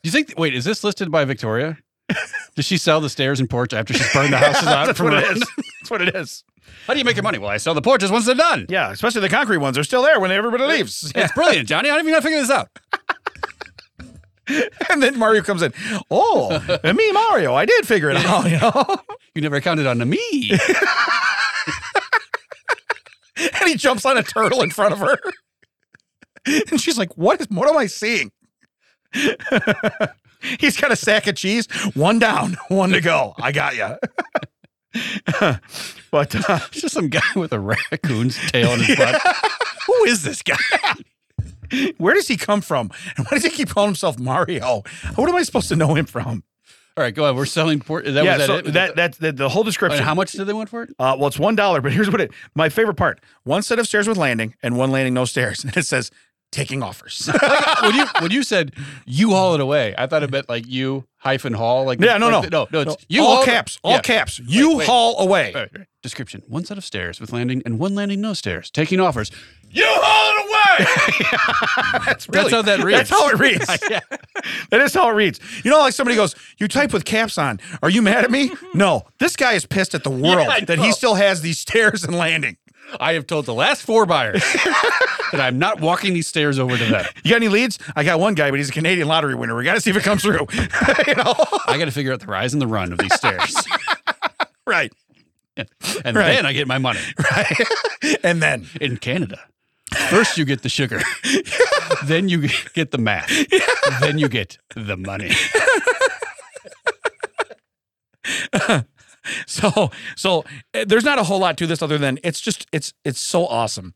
Speaker 1: you think? Wait, is this listed by Victoria? Does she sell the stairs and porch after she's burned the houses out?
Speaker 2: <laughs> That's
Speaker 1: from
Speaker 2: what it
Speaker 1: her-
Speaker 2: is. That's what it is.
Speaker 1: How do you make your money? Well, I sell the porches once they're done.
Speaker 2: Yeah, especially the concrete ones are still there when everybody leaves. <laughs>
Speaker 1: It's brilliant, Johnny. I don't even know how to figure this out.
Speaker 2: and then Mario comes in. Oh, and me, Mario, I did figure it out. <laughs> You know,
Speaker 1: You never counted on
Speaker 2: <laughs>
Speaker 1: me.
Speaker 2: and he jumps on a turtle in front of her, <laughs> and she's like, "What is? What am I seeing?" <laughs> He's got a sack of cheese. One down, <laughs> one to go. I got you. <laughs> but uh,
Speaker 1: It's just some guy with a raccoon's tail in his butt.
Speaker 2: <laughs> who is this guy? <laughs> Where does he come from? And why does he keep calling himself Mario? What am I supposed to know him from?
Speaker 1: All right, go on. We're selling port. That was that
Speaker 2: so
Speaker 1: it? Was
Speaker 2: that, that, that the whole
Speaker 1: and
Speaker 2: description.
Speaker 1: how much did they want for
Speaker 2: <laughs>
Speaker 1: it?
Speaker 2: Uh, well, it's one dollar, but here's what it. My favorite part: one set of stairs with landing, and one landing no stairs, <laughs> and it says
Speaker 1: <laughs>
Speaker 2: taking offers. <laughs>
Speaker 1: when you when you said you haul it away, I thought it meant like you hyphen haul. Like
Speaker 2: Yeah, no,
Speaker 1: like
Speaker 2: no.
Speaker 1: the- no, no. It's you
Speaker 2: all
Speaker 1: haul it-
Speaker 2: caps, all
Speaker 1: yeah.
Speaker 2: caps. You
Speaker 1: wait.
Speaker 2: haul away.
Speaker 1: All right, all right. Description: One set of stairs with landing and one landing no stairs. Taking offers. You haul it
Speaker 2: <laughs>
Speaker 1: away.
Speaker 2: That's
Speaker 1: That's how
Speaker 2: <laughs>
Speaker 1: that reads.
Speaker 2: That's how it reads.
Speaker 1: <laughs>
Speaker 2: <laughs> That is how it reads. You know, like somebody goes, "You type with caps on. Are you mad
Speaker 1: <laughs>
Speaker 2: at me?" No, this guy is pissed at the world
Speaker 1: I
Speaker 2: that
Speaker 1: know.
Speaker 2: he still has these stairs and landing.
Speaker 1: I have told the last four <laughs> buyers that I'm not walking these stairs over to them.
Speaker 2: You got any leads? I got one guy, but he's a Canadian lottery winner. We got to see if it comes through. <laughs> you know,
Speaker 1: I got to figure out the rise and the run of these <laughs> stairs,
Speaker 2: right,
Speaker 1: and
Speaker 2: Right.
Speaker 1: then I get my money
Speaker 2: right, <laughs> and then
Speaker 1: in Canada. First, you get the <laughs> sugar, then you get the <laughs> math, then you get the money.
Speaker 2: So so eh, there's not a whole lot to this other than it's just it's it's so awesome.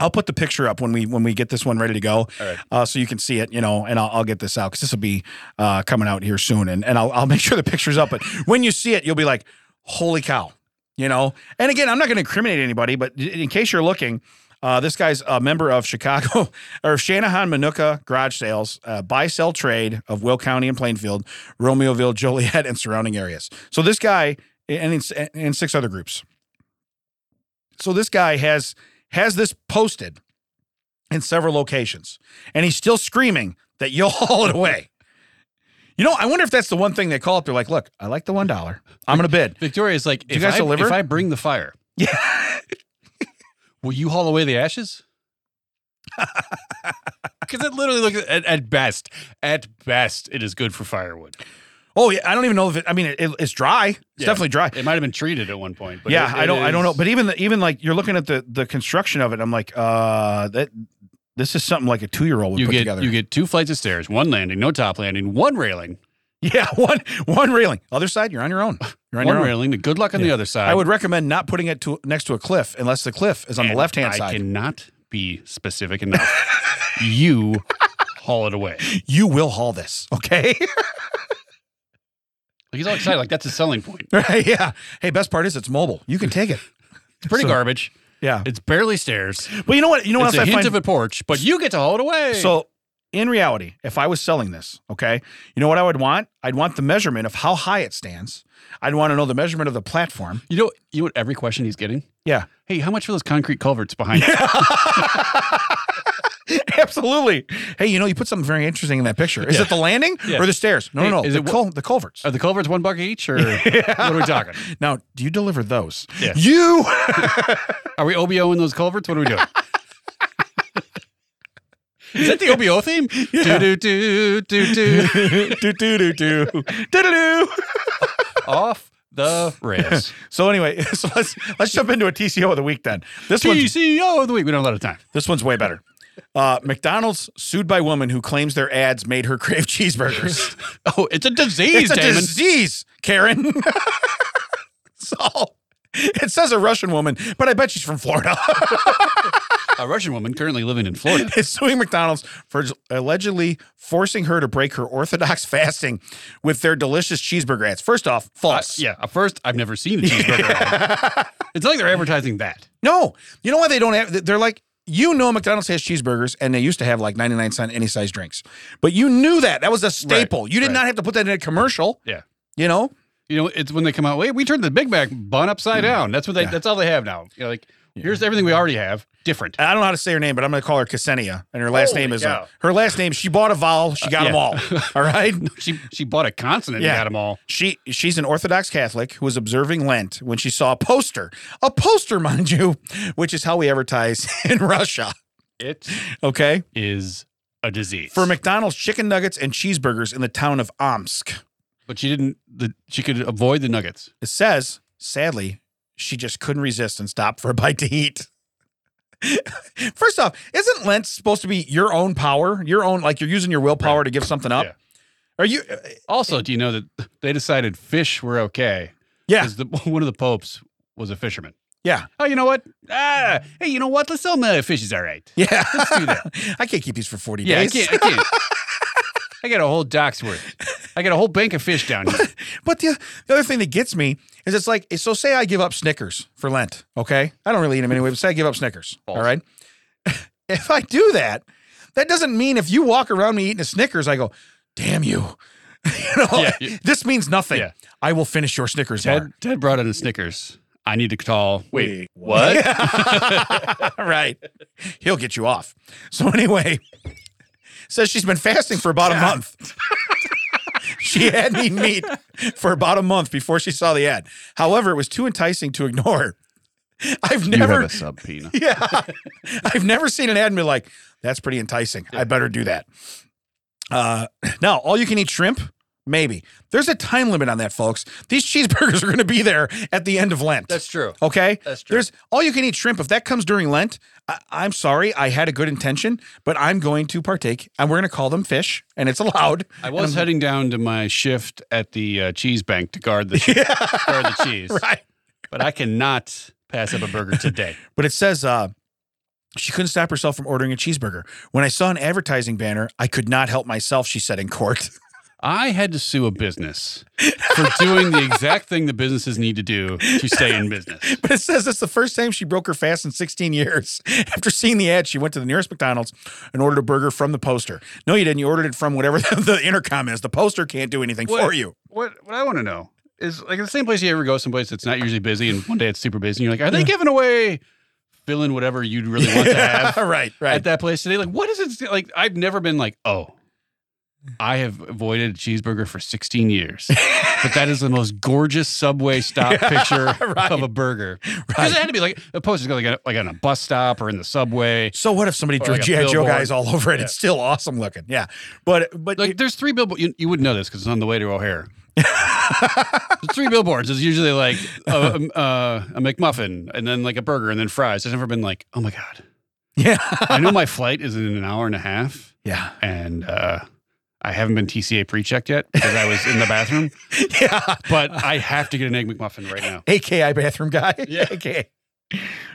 Speaker 2: I'll put the picture up when we when we get this one ready to go,
Speaker 1: right.
Speaker 2: uh, so you can see it, you know, and I'll, I'll get this out because this will be uh, coming out here soon, and and I'll, I'll make sure the picture's up. But <laughs> when you see it, you'll be like, "Holy cow!" You know. And again, I'm not going to incriminate anybody, but i- in case you're looking, uh, this guy's a member of Chicago <laughs> or Shanahan Manuka Garage Sales, uh, buy sell trade of Will County and Plainfield, Romeoville, Joliet, and surrounding areas. So this guy and it's, and six other groups. So this guy has has this posted in several locations, and he's still screaming that you'll <laughs> haul it away. You know, I wonder if that's the one thing they call up. They're like, "Look, I like the one dollar. I'm gonna bid."
Speaker 1: Victoria's like,
Speaker 2: Do you
Speaker 1: if,
Speaker 2: guys
Speaker 1: I,
Speaker 2: deliver?
Speaker 1: if I bring the fire,
Speaker 2: Yeah.
Speaker 1: <laughs> will you haul away the <laughs> ashes? Because it literally looks at, at best, at best, it is good for firewood.
Speaker 2: Oh yeah, I don't even know if it. I mean, it, it's dry. It's
Speaker 1: Yeah.
Speaker 2: definitely dry.
Speaker 1: It might have been treated at one point, but
Speaker 2: yeah,
Speaker 1: it-
Speaker 2: I
Speaker 1: it
Speaker 2: don't. I don't know.
Speaker 1: is-
Speaker 2: But even the, even like you're looking at the the construction of it, I'm like, uh, that this is something like a two year old would
Speaker 1: you
Speaker 2: put
Speaker 1: get
Speaker 2: together.
Speaker 1: you get two flights of stairs, one landing, no top landing, one railing,
Speaker 2: <laughs> yeah, one one railing. Other side, you're on your own. You're on
Speaker 1: one
Speaker 2: your own.
Speaker 1: railing. Good luck on
Speaker 2: Yeah.
Speaker 1: the other side.
Speaker 2: I would recommend not putting it to next to a cliff unless the cliff is on the
Speaker 1: And
Speaker 2: left hand
Speaker 1: I
Speaker 2: side.
Speaker 1: cannot be specific enough. <laughs> you haul it away. Like
Speaker 2: You will haul this, okay? <laughs>
Speaker 1: he's all excited, like that's his selling point.
Speaker 2: right? Yeah. Hey, best part is it's mobile. You can take it.
Speaker 1: It's pretty
Speaker 2: So-
Speaker 1: garbage.
Speaker 2: Yeah.
Speaker 1: It's barely stairs.
Speaker 2: Well, you know what? You know what
Speaker 1: it's a
Speaker 2: else I
Speaker 1: hint
Speaker 2: find?
Speaker 1: of a porch, but you get to haul it away.
Speaker 2: So, in reality, if I was selling this, okay, you know what I would want? I'd want the measurement of how high it stands. I'd want to know the measurement of the platform. <laughs>
Speaker 1: you know, you know what every question he's getting.
Speaker 2: Yeah.
Speaker 1: Hey, how much for those concrete culverts behind? you?
Speaker 2: Absolutely. Hey, you know, you put something very interesting in that picture. Is
Speaker 1: Yeah.
Speaker 2: it the landing
Speaker 1: Yeah.
Speaker 2: or the stairs? No,
Speaker 1: Hey,
Speaker 2: no, no.
Speaker 1: is
Speaker 2: The,
Speaker 1: it wha-
Speaker 2: cul- the culverts.
Speaker 1: Are the culverts one buck each, or <laughs>
Speaker 2: <laughs>
Speaker 1: what are we talking?
Speaker 2: Now, do you deliver those?
Speaker 1: Yeah.
Speaker 2: You. <laughs>
Speaker 1: Are we OBO in those culverts? What are we doing? <laughs> Is that the OBO theme?
Speaker 2: Yeah.
Speaker 1: Do do do
Speaker 2: <laughs>
Speaker 1: do do
Speaker 2: do, do, do, do. Do-do-do.
Speaker 1: <laughs> off
Speaker 2: Uh,
Speaker 1: the <laughs> rails.
Speaker 2: So anyway, <laughs> so let's let's jump into a TCO of the week then. This one's
Speaker 1: TCO of the week. We don't have a lot of time.
Speaker 2: this one's way better. Uh, McDonald's sued by woman who claims their ads made her crave
Speaker 1: <laughs>
Speaker 2: cheeseburgers.
Speaker 1: Oh, it's a disease,
Speaker 2: it's a
Speaker 1: Damon.
Speaker 2: disease, Karen. <laughs> so it says a Russian woman, but I bet she's from Florida.
Speaker 1: a Russian woman currently living in Florida.
Speaker 2: is suing McDonald's for allegedly forcing her to break her orthodox <laughs> fasting with their delicious cheeseburger ads. First off, false.
Speaker 1: Yeah, at first I've never seen a cheeseburger.
Speaker 2: <laughs>
Speaker 1: ad. It's not like they're advertising that.
Speaker 2: No, you know why they don't have? They're like, you know, McDonald's has cheeseburgers, and they used to have like ninety nine cent any size drinks, but you knew that that was a staple. you did
Speaker 1: right.
Speaker 2: not have to put that in a commercial.
Speaker 1: Yeah.
Speaker 2: You know,
Speaker 1: You know, it's when they come out. Wait, we turned the Big Mac bun upside
Speaker 2: Mm.
Speaker 1: down. That's what they. That's all they have now. You know, like here's everything we already have. Different.
Speaker 2: And I don't know how to say her name, but I'm going to call her Ksenia, and her last
Speaker 1: Holy
Speaker 2: name is
Speaker 1: cow.
Speaker 2: uh, her last name. She bought a vowel. She got
Speaker 1: yeah.
Speaker 2: them <laughs> all. All right.
Speaker 1: She she bought a consonant
Speaker 2: Yeah.
Speaker 1: and got them all.
Speaker 2: She she's an Orthodox Catholic who was observing Lent when she saw a poster, a poster, <laughs> mind you, which is how we advertise <laughs> in Russia.
Speaker 1: It
Speaker 2: Okay,
Speaker 1: is a disease
Speaker 2: for McDonald's chicken nuggets and cheeseburgers in the town of Omsk.
Speaker 1: But she didn't. The, she could avoid the nuggets.
Speaker 2: It says, sadly, she just couldn't resist and stopped for a <laughs> bite to eat. First off, isn't Lent supposed to be your own power, your own like you're using your willpower to give something up?
Speaker 1: Yeah.
Speaker 2: Are you? uh,
Speaker 1: Also, do you know that <laughs> they decided fish were okay?
Speaker 2: Yeah,
Speaker 1: Because the, <laughs> one of the popes was a fisherman.
Speaker 2: yeah, <laughs>
Speaker 1: Oh, you know what? Ah, hey, you know what? Let's sell them the fish is all right.
Speaker 2: yeah.
Speaker 1: Let's do that.
Speaker 2: I can't keep these for forty
Speaker 1: Yeah, I
Speaker 2: days.
Speaker 1: can't. I can't. I got a whole dock's worth. I got a whole bank of fish down here.
Speaker 2: But the, the other thing that gets me is it's like, so say I give up Snickers for Lent, okay? I don't really eat them anyway, but say I give up Snickers, all
Speaker 1: False.
Speaker 2: right? <laughs> if I do that, that doesn't mean if you walk around me eating a Snickers, I go, damn you. <laughs> you know,
Speaker 1: Yeah, you-
Speaker 2: this means nothing.
Speaker 1: Yeah.
Speaker 2: I will finish your Snickers
Speaker 1: Ted,
Speaker 2: bar.
Speaker 1: <laughs> Ted brought in a Snickers. I need to call. Wait, <laughs> what?
Speaker 2: <laughs> right. He'll get you off. So anyway, says she's been fasting for about a month. <laughs> she hadn't eaten meat for about a month before she saw the ad. However, it was too enticing to ignore. I've never
Speaker 1: sub
Speaker 2: <laughs>
Speaker 1: subpoena.
Speaker 2: yeah. I've never seen an ad and be like, that's pretty enticing. I better do that. Uh, now, all you can eat shrimp, Maybe. There's a time limit on that, folks. These cheeseburgers <laughs> are going to be there at the end of Lent.
Speaker 1: That's true.
Speaker 2: okay.
Speaker 1: That's true.
Speaker 2: There's all you can eat shrimp. If that comes during Lent, I, I'm sorry. I had a good intention, but I'm going to partake and we're going to call them fish and it's
Speaker 1: <laughs>
Speaker 2: allowed.
Speaker 1: I was heading down to my shift at the uh, cheese bank to guard
Speaker 2: <laughs>
Speaker 1: the guard the cheese,
Speaker 2: Right.
Speaker 1: but I cannot pass up a burger today.
Speaker 2: But it says uh, she couldn't stop herself from ordering a cheeseburger. When I saw an advertising banner, I could not help myself, she said in court.
Speaker 1: I had to sue a business for doing the exact thing the businesses need to do to stay in business.
Speaker 2: But it says it's the first time she broke her fast in 16 years. <laughs> After seeing the ad, she went to the nearest McDonald's and ordered a burger from the poster. No, you didn't. You ordered it from whatever <laughs> the, intercom is. The poster can't do anything
Speaker 1: What?
Speaker 2: for you.
Speaker 1: What what I want to know is like the same place you ever go, someplace that's not usually busy, and one day it's super busy, and you're like, are they giving away fill in whatever you'd really want to have?
Speaker 2: <laughs> right, right.
Speaker 1: at that place today. Like, what is it like? I've never been like, oh, I have avoided a cheeseburger for 16 years, but that is the most gorgeous subway
Speaker 2: <laughs>
Speaker 1: stop picture
Speaker 2: Right.
Speaker 1: of a burger. Because it had to be like a poster's got like, a, like on a bus stop or in the subway.
Speaker 2: so what if somebody
Speaker 1: Or
Speaker 2: drew
Speaker 1: like a
Speaker 2: G.I. Joe
Speaker 1: Oh, billboard.
Speaker 2: guys all over it?
Speaker 1: Yeah.
Speaker 2: It's still awesome looking. Yeah. But but
Speaker 1: Like, there's three billboards. You, you wouldn't know this because it's on the way to <laughs> O'Hare. The three billboards is usually like a, a, uh, a McMuffin and then like a burger and then fries. I've never been like, oh my God.
Speaker 2: <laughs> yeah.
Speaker 1: I know my flight is in an hour and a half.
Speaker 2: yeah.
Speaker 1: and uh, I haven't been TCA pre-checked yet because I was in the bathroom. <laughs>
Speaker 2: Yeah.
Speaker 1: But I have to get an egg McMuffin right now.
Speaker 2: AKI bathroom guy.
Speaker 1: <laughs> Yeah.
Speaker 2: AKA.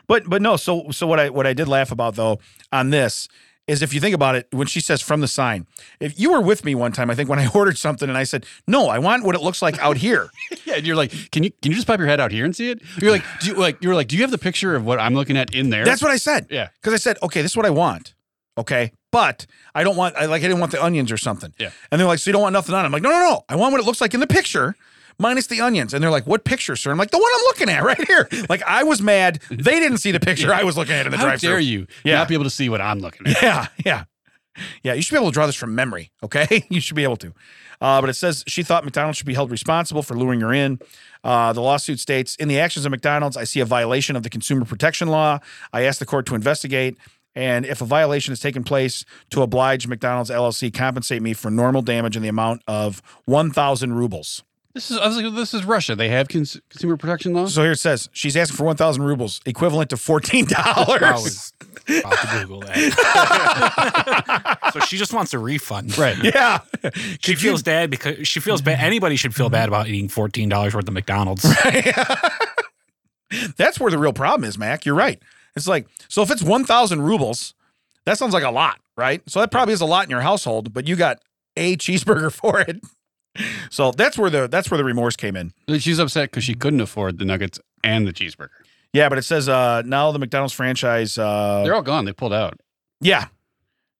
Speaker 2: But but no, so so what I what I did laugh about though on this is if you think about it, when she says from the sign, if you were with me one time, I think when I <laughs> ordered something and I said, No, I want what it looks like out here.
Speaker 1: <laughs> Yeah, and you're like, can you can you just pop your head out here and see it? You're like, do you, like you were like, do you have the picture of what I'm looking at in there?
Speaker 2: That's what I said.
Speaker 1: Yeah.
Speaker 2: Because I said, okay, this is what I want. Okay. But I don't want I like I didn't want the onions or something.
Speaker 1: Yeah.
Speaker 2: And they're like, so you don't want nothing on it. I'm like, no, no, no. I want what it looks like in the picture. Minus the onions. And they're like, what picture, sir? I'm like, the one I'm looking at
Speaker 1: <laughs>
Speaker 2: right here. Like, I was mad. They didn't see the picture I was looking at in the
Speaker 1: How
Speaker 2: drive
Speaker 1: dare
Speaker 2: through.
Speaker 1: you
Speaker 2: Yeah.
Speaker 1: not be able to see what I'm looking at?
Speaker 2: Yeah, yeah. Yeah, you should be able to draw this from memory, okay? <laughs> You should be able to. Uh, but it says she thought McDonald's should be held responsible for luring her in. Uh, the lawsuit states In the actions of McDonald's, I see a violation of the consumer protection law. I asked the court to investigate. And if a violation has taken place, to oblige McDonald's LLC, compensate me for normal damage in the amount of 1,000 rubles.
Speaker 1: This is I was like, this is Russia. They have cons- consumer protection laws.
Speaker 2: So here it says she's asking for 1,000 rubles, equivalent to $14.
Speaker 3: I was about to Google that. so she just wants a refund.
Speaker 1: Right.
Speaker 2: <laughs> Yeah.
Speaker 3: She feels bad because she feels bad. Anybody should feel bad about eating fourteen dollars worth of McDonald's. Right.
Speaker 2: <laughs> That's where the real problem is, Mac. You're right. It's like, so if it's 1,000 rubles, that sounds like a lot, right? So that probably is a lot in your household, but you got a cheeseburger <laughs> for it. So that's where the that's where the remorse came in.
Speaker 1: She's upset because she couldn't afford the nuggets and the cheeseburger.
Speaker 2: Yeah, but it says uh now the McDonald's franchise uh
Speaker 1: They're all gone. They pulled out.
Speaker 2: yeah.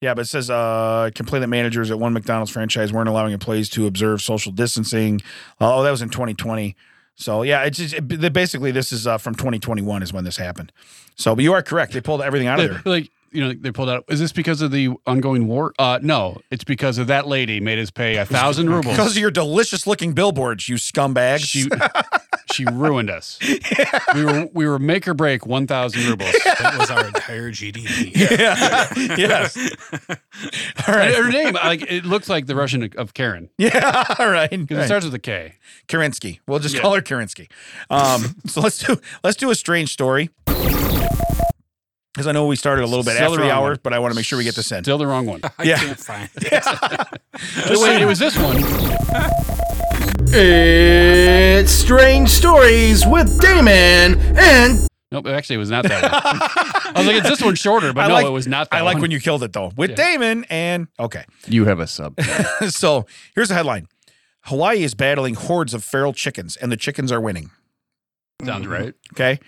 Speaker 2: Yeah, but it says uh complained that managers at one McDonald's franchise weren't allowing employees to observe social distancing. Oh, that was in 2020. So yeah, it's just, it, basically this is uh, from 2021 is when this happened. So, but you are correct. They pulled everything out of
Speaker 1: They-
Speaker 2: there.
Speaker 1: <laughs> like you know, they pulled out. Is this because of the ongoing war? Uh, no, it's because of that lady made us pay a thousand rubles.
Speaker 2: Because of your delicious looking billboards, you scumbags.
Speaker 1: she she ruined us. We were we were make or break one thousand
Speaker 2: <laughs>
Speaker 1: rubles.
Speaker 3: That was our entire GDP.
Speaker 2: <laughs> yeah. yes. All
Speaker 1: And
Speaker 2: right.
Speaker 1: Her name, like it looks like the Russian of Karen
Speaker 2: <laughs> Yeah. All right. All
Speaker 1: because it
Speaker 2: right.
Speaker 1: starts with a K.
Speaker 2: Kerensky. We'll just call her Kerensky. Um, <laughs> so let's do let's do a strange story. Because I know we started a little bit
Speaker 1: Still
Speaker 2: after
Speaker 1: the
Speaker 2: the
Speaker 1: wrong
Speaker 2: hour,
Speaker 1: one.
Speaker 2: but I want to make sure we get this in.
Speaker 1: Still the wrong
Speaker 2: <laughs>
Speaker 1: one.
Speaker 3: I
Speaker 2: Yeah.
Speaker 3: can't find it.
Speaker 1: Oh, <laughs> wait, it was this one.
Speaker 4: It's Strange Stories with Damon and
Speaker 1: Nope, actually, it was not that. one. I was like, it's this one shorter, but
Speaker 2: I
Speaker 1: no,
Speaker 2: like-
Speaker 1: it was not. That
Speaker 2: I like
Speaker 1: one.
Speaker 2: when you killed it though with
Speaker 1: Yeah.
Speaker 2: Damon and okay. <laughs>
Speaker 1: you have a sub. <laughs>
Speaker 2: so here's the headline: Hawaii is battling hordes of feral chickens, and the chickens are winning.
Speaker 1: Sounds right.
Speaker 2: Okay.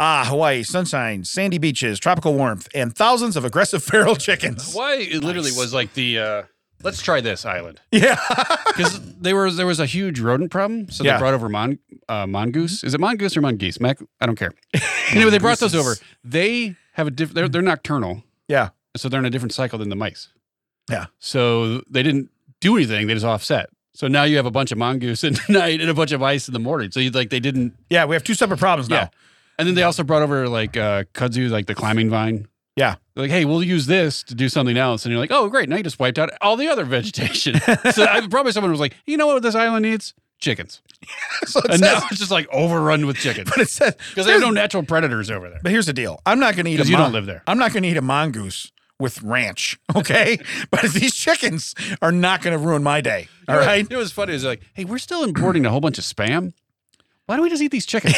Speaker 2: Ah, Hawaii, sunshine, sandy beaches, tropical warmth, and thousands of aggressive <laughs> feral chickens.
Speaker 1: Why it literally was like the. uh Let's try this <laughs> island
Speaker 2: Yeah. <laughs>
Speaker 1: because they were there was a huge rodent problem, so
Speaker 2: Yeah.
Speaker 1: they brought over mon uh, mongoose. Is it mongoose or mongoose? Mac, I <laughs> don't care. anyway, they brought those over. They have a different. They're, they're nocturnal.
Speaker 2: Yeah.
Speaker 1: so they're in a different cycle than the mice.
Speaker 2: Yeah.
Speaker 1: So they didn't do anything; they just offset. So now you have a bunch of mongoose <laughs> at night and a bunch of mice in the morning. So you like they didn't.
Speaker 2: Yeah, we have two separate problems now.
Speaker 1: Yeah. And then they also brought over like uh, kudzu, like the climbing vine.
Speaker 2: Yeah. <laughs>
Speaker 1: Like, hey, we'll use this to do something else. And you're like, oh, great. Now you just wiped out all the other <laughs> vegetation. so I, probably someone was like, you know what this island needs? Chickens.
Speaker 2: So it
Speaker 1: And
Speaker 2: says,
Speaker 1: now it's just like overrun with chickens
Speaker 2: <laughs> but it
Speaker 1: <laughs>
Speaker 2: says
Speaker 1: because they have no natural predators over there.
Speaker 2: But here's the deal: I'm not going to eat a.
Speaker 1: Because you don't
Speaker 2: mon-
Speaker 1: live there.
Speaker 2: I'm not going to eat a mongoose with ranch. <laughs> Okay, but <laughs> these chickens are not going to ruin my day. All right.
Speaker 1: It was funny. It was like, hey, we're still importing a whole bunch of spam. Why don't we just eat these chickens?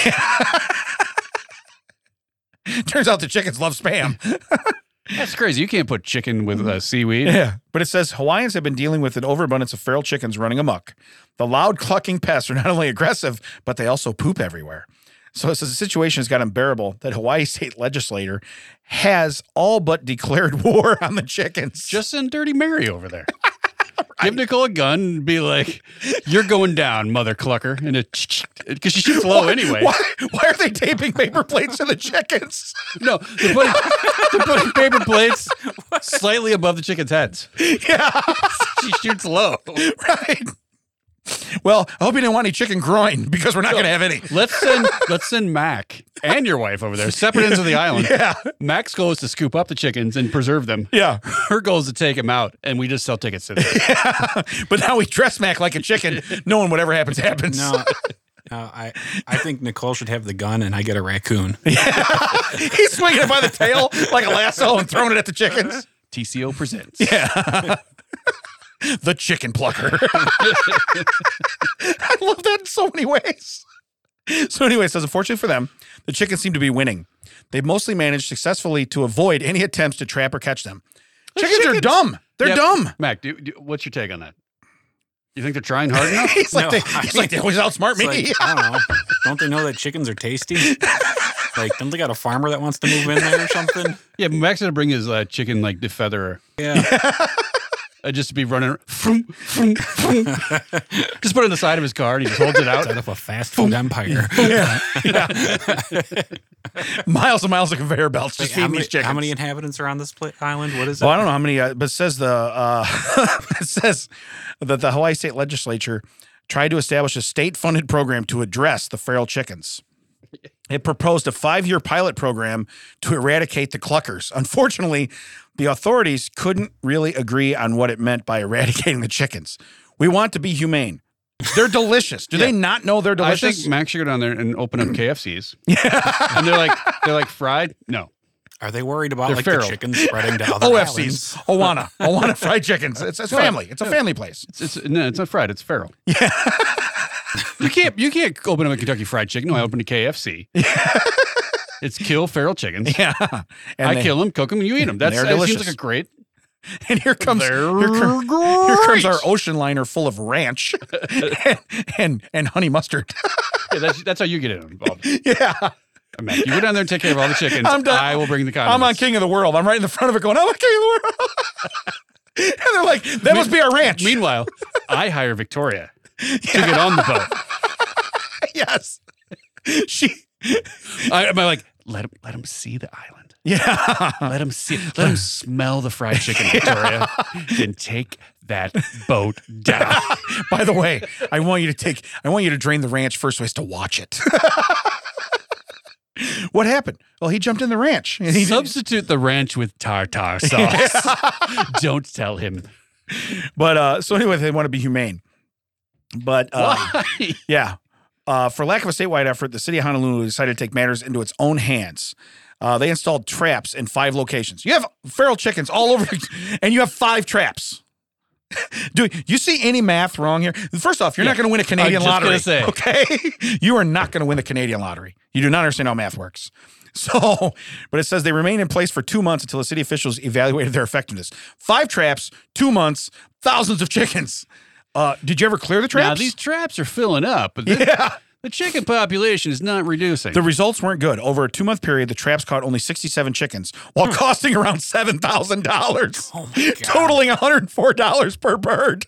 Speaker 2: <laughs> Turns out the chickens love spam.
Speaker 1: <laughs> <laughs> That's crazy. You can't put chicken with uh, seaweed.
Speaker 2: Yeah. But it says Hawaiians have been dealing with an overabundance of feral chickens running amok. The loud clucking pests are not only aggressive, but they also poop everywhere. So it says the situation has got unbearable that Hawaii <laughs> state legislator has all but declared <laughs> war on the chickens.
Speaker 1: <laughs> Just send Dirty Mary over there. <laughs> Give Nicole a gun and be like, you're going down, mother clucker. And <laughs> because she shoots low anyway.
Speaker 2: Why, why are they taping paper plates to the chickens?
Speaker 1: No, they're putting, they're putting paper plates slightly above the chicken's heads.
Speaker 2: Yeah.
Speaker 1: She shoots low.
Speaker 2: Right. Well, I hope you didn't want any chicken groin because we're not going to have any.
Speaker 1: Let's send let's send Mac and your wife over there, separate ends of the island.
Speaker 2: Yeah.
Speaker 1: Mac's goal is to scoop up the chickens and preserve them.
Speaker 2: Yeah.
Speaker 1: Her goal is to take them out, and we just sell tickets to them.
Speaker 2: <laughs> But now we dress Mac like a chicken, knowing whatever happens, happens. <laughs>
Speaker 3: No, no, I I think Nicole should have the gun, and I get
Speaker 2: <laughs>
Speaker 3: a raccoon.
Speaker 2: He's swinging it by the tail like a lasso and throwing it at the chickens. <laughs>
Speaker 1: TCO presents.
Speaker 2: The chicken plucker. <laughs> I love that in so many ways. So, anyway, it says, unfortunately for them, the chickens seem to be winning. They've mostly managed successfully to avoid any attempts to trap or catch them. Chickens, are
Speaker 1: chickens-
Speaker 2: dumb. They're
Speaker 1: Yep.
Speaker 2: dumb.
Speaker 1: Mac, do, do- what's your take on that? You think they're trying hard enough?
Speaker 2: <laughs> He's like,
Speaker 3: No,
Speaker 2: they,
Speaker 3: <laughs> I
Speaker 2: he's
Speaker 3: mean-
Speaker 2: like they always outsmart
Speaker 3: It's
Speaker 2: me.
Speaker 3: like, I don't know. Don't they know that chickens are tasty? Like, don't they got a farmer that wants to move in there or something?
Speaker 1: yeah, Mac's gonna bring his uh, chicken like defeatherer.
Speaker 3: Yeah.
Speaker 1: <laughs> Uh, just to be running, vroom, vroom,
Speaker 2: <laughs>
Speaker 1: vroom. just put it on the side of his car and he just holds it out.
Speaker 3: Set up a fast food
Speaker 2: <laughs>
Speaker 3: empire.
Speaker 2: miles and miles of conveyor belts
Speaker 3: Like,
Speaker 2: just
Speaker 3: how,
Speaker 2: feeding
Speaker 3: many,
Speaker 2: these chickens.
Speaker 3: how many inhabitants are on this pla- island? What is
Speaker 2: Well,
Speaker 3: it?
Speaker 2: I don't know how many, uh, but it says the uh, <laughs> it says that the Hawaii state legislature tried to establish a state-funded program to address the feral chickens. It proposed a five-year pilot program to eradicate the cluckers. Unfortunately, the authorities couldn't really agree on what it meant by eradicating the chickens. We want to be humane. They're <laughs> delicious. Do they not know they're
Speaker 1: I
Speaker 2: delicious?
Speaker 1: think Mac should go down there and open
Speaker 2: <clears throat>
Speaker 1: up KFCs. and they're like, they're like fried. No,
Speaker 3: Are they worried about
Speaker 1: They're
Speaker 3: like
Speaker 1: feral.
Speaker 3: the chickens
Speaker 2: <laughs>
Speaker 3: spreading to other islands?
Speaker 2: OFCs, Owana, Owana fried chickens. It's, it's
Speaker 1: Right.
Speaker 2: family. It's a family place.
Speaker 1: it's, it's no, it's not fried. It's feral. Yeah. you can't you can't open up a Kentucky Fried Chicken. No, I opened a KFC. it's kill feral chickens.
Speaker 2: <laughs> Yeah, and
Speaker 1: I
Speaker 2: they-
Speaker 1: kill them, cook them, and you eat them. That's
Speaker 2: they're
Speaker 1: that seems
Speaker 2: delicious.
Speaker 1: like a great.
Speaker 2: And here comes
Speaker 1: They're
Speaker 2: here, come- here comes
Speaker 1: great.
Speaker 2: our ocean liner full of ranch <laughs> and, and and honey <laughs> mustard.
Speaker 1: Yeah, that's, that's how you get it involved.
Speaker 2: <laughs> yeah,
Speaker 1: Mac, you go down there and take care of all the chickens.
Speaker 2: I'm done.
Speaker 1: I will bring the condiments.
Speaker 2: I'm on King of the World. I'm right in the front of it, going, "I'm on King of the World." <laughs> and they're like, "That must be our ranch."
Speaker 1: Meanwhile, I hire Victoria to get on the boat.
Speaker 2: <laughs> yes, she.
Speaker 1: I, am I like let him let him see the island?
Speaker 2: Yeah,
Speaker 1: Let him see.
Speaker 2: uh,
Speaker 1: Let him smell the fried
Speaker 2: <laughs>
Speaker 1: chicken, Victoria. then take that boat down.
Speaker 2: <laughs> By the way, I want you to take I want you to drain the ranch first so as to watch it. <laughs> what happened? Well, he jumped in the ranch. And he
Speaker 1: Substitute the ranch with
Speaker 2: <laughs>
Speaker 1: tartar sauce. Don't tell him
Speaker 2: but uh so anyway, they want to be humane. But uh <laughs>
Speaker 1: why.
Speaker 2: Yeah. Uh, for lack of a statewide effort, the city of Honolulu decided to take matters into its own hands. Uh, they installed traps in five locations. You have feral chickens all over, <laughs> and you have five traps. <laughs> Do you see any math wrong here? First off, you're not
Speaker 1: Yeah.
Speaker 2: going to win a Canadian
Speaker 1: just gonna
Speaker 2: lottery.
Speaker 1: say.
Speaker 2: Okay, <laughs> you are not going to win the Canadian lottery. You do not understand how math works. <laughs> So, but it says they remain in place for two months until the city officials evaluated their effectiveness. Five traps, two months, thousands of chickens. Uh, did you ever clear the traps?
Speaker 1: Now these traps are filling up, but the,
Speaker 2: <laughs> yeah.
Speaker 1: the chicken population is not reducing.
Speaker 2: The results weren't good. Over a two month period, the traps caught only 67 chickens while costing around $7,000,
Speaker 3: Hmm. Oh
Speaker 2: <laughs>
Speaker 3: my God.
Speaker 2: totaling $104 per bird.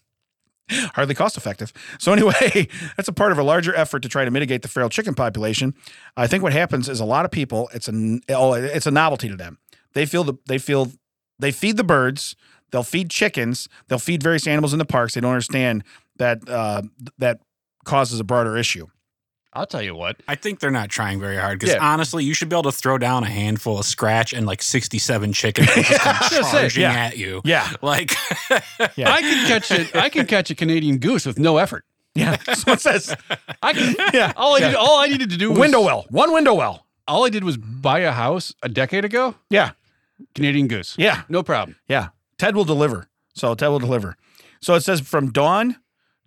Speaker 2: Hardly cost effective. So, anyway, <laughs> that's a part of a larger effort to try to mitigate the feral chicken population. I think what happens is a lot of people, it's a, oh, it's a novelty to them. They feel the, they feel, they feed the birds, they'll feed chickens, they'll feed various animals in the parks. They don't understand that, uh, that causes a broader issue.
Speaker 1: I'll tell you what.
Speaker 3: I think they're not trying very hard because
Speaker 1: Yeah.
Speaker 3: honestly, you should be able to throw down a handful of scratch and like 67 chicken will just come
Speaker 1: gonna say,
Speaker 2: <laughs>
Speaker 3: charging
Speaker 2: yeah.
Speaker 3: at you.
Speaker 2: Yeah.
Speaker 3: Like, <laughs>
Speaker 2: Yeah.
Speaker 1: I can catch it. I can catch a Canadian goose with no effort.
Speaker 2: Yeah. <laughs> So it says
Speaker 1: I can.
Speaker 2: <laughs> Yeah.
Speaker 1: All I
Speaker 2: Yeah.
Speaker 1: did, all I needed to do was,
Speaker 2: window well. One window well.
Speaker 1: All I did was buy a house a decade ago.
Speaker 2: Yeah.
Speaker 1: Canadian goose.
Speaker 2: Yeah.
Speaker 1: No problem.
Speaker 2: Yeah. Ted will deliver. So Ted will deliver. So it says from dawn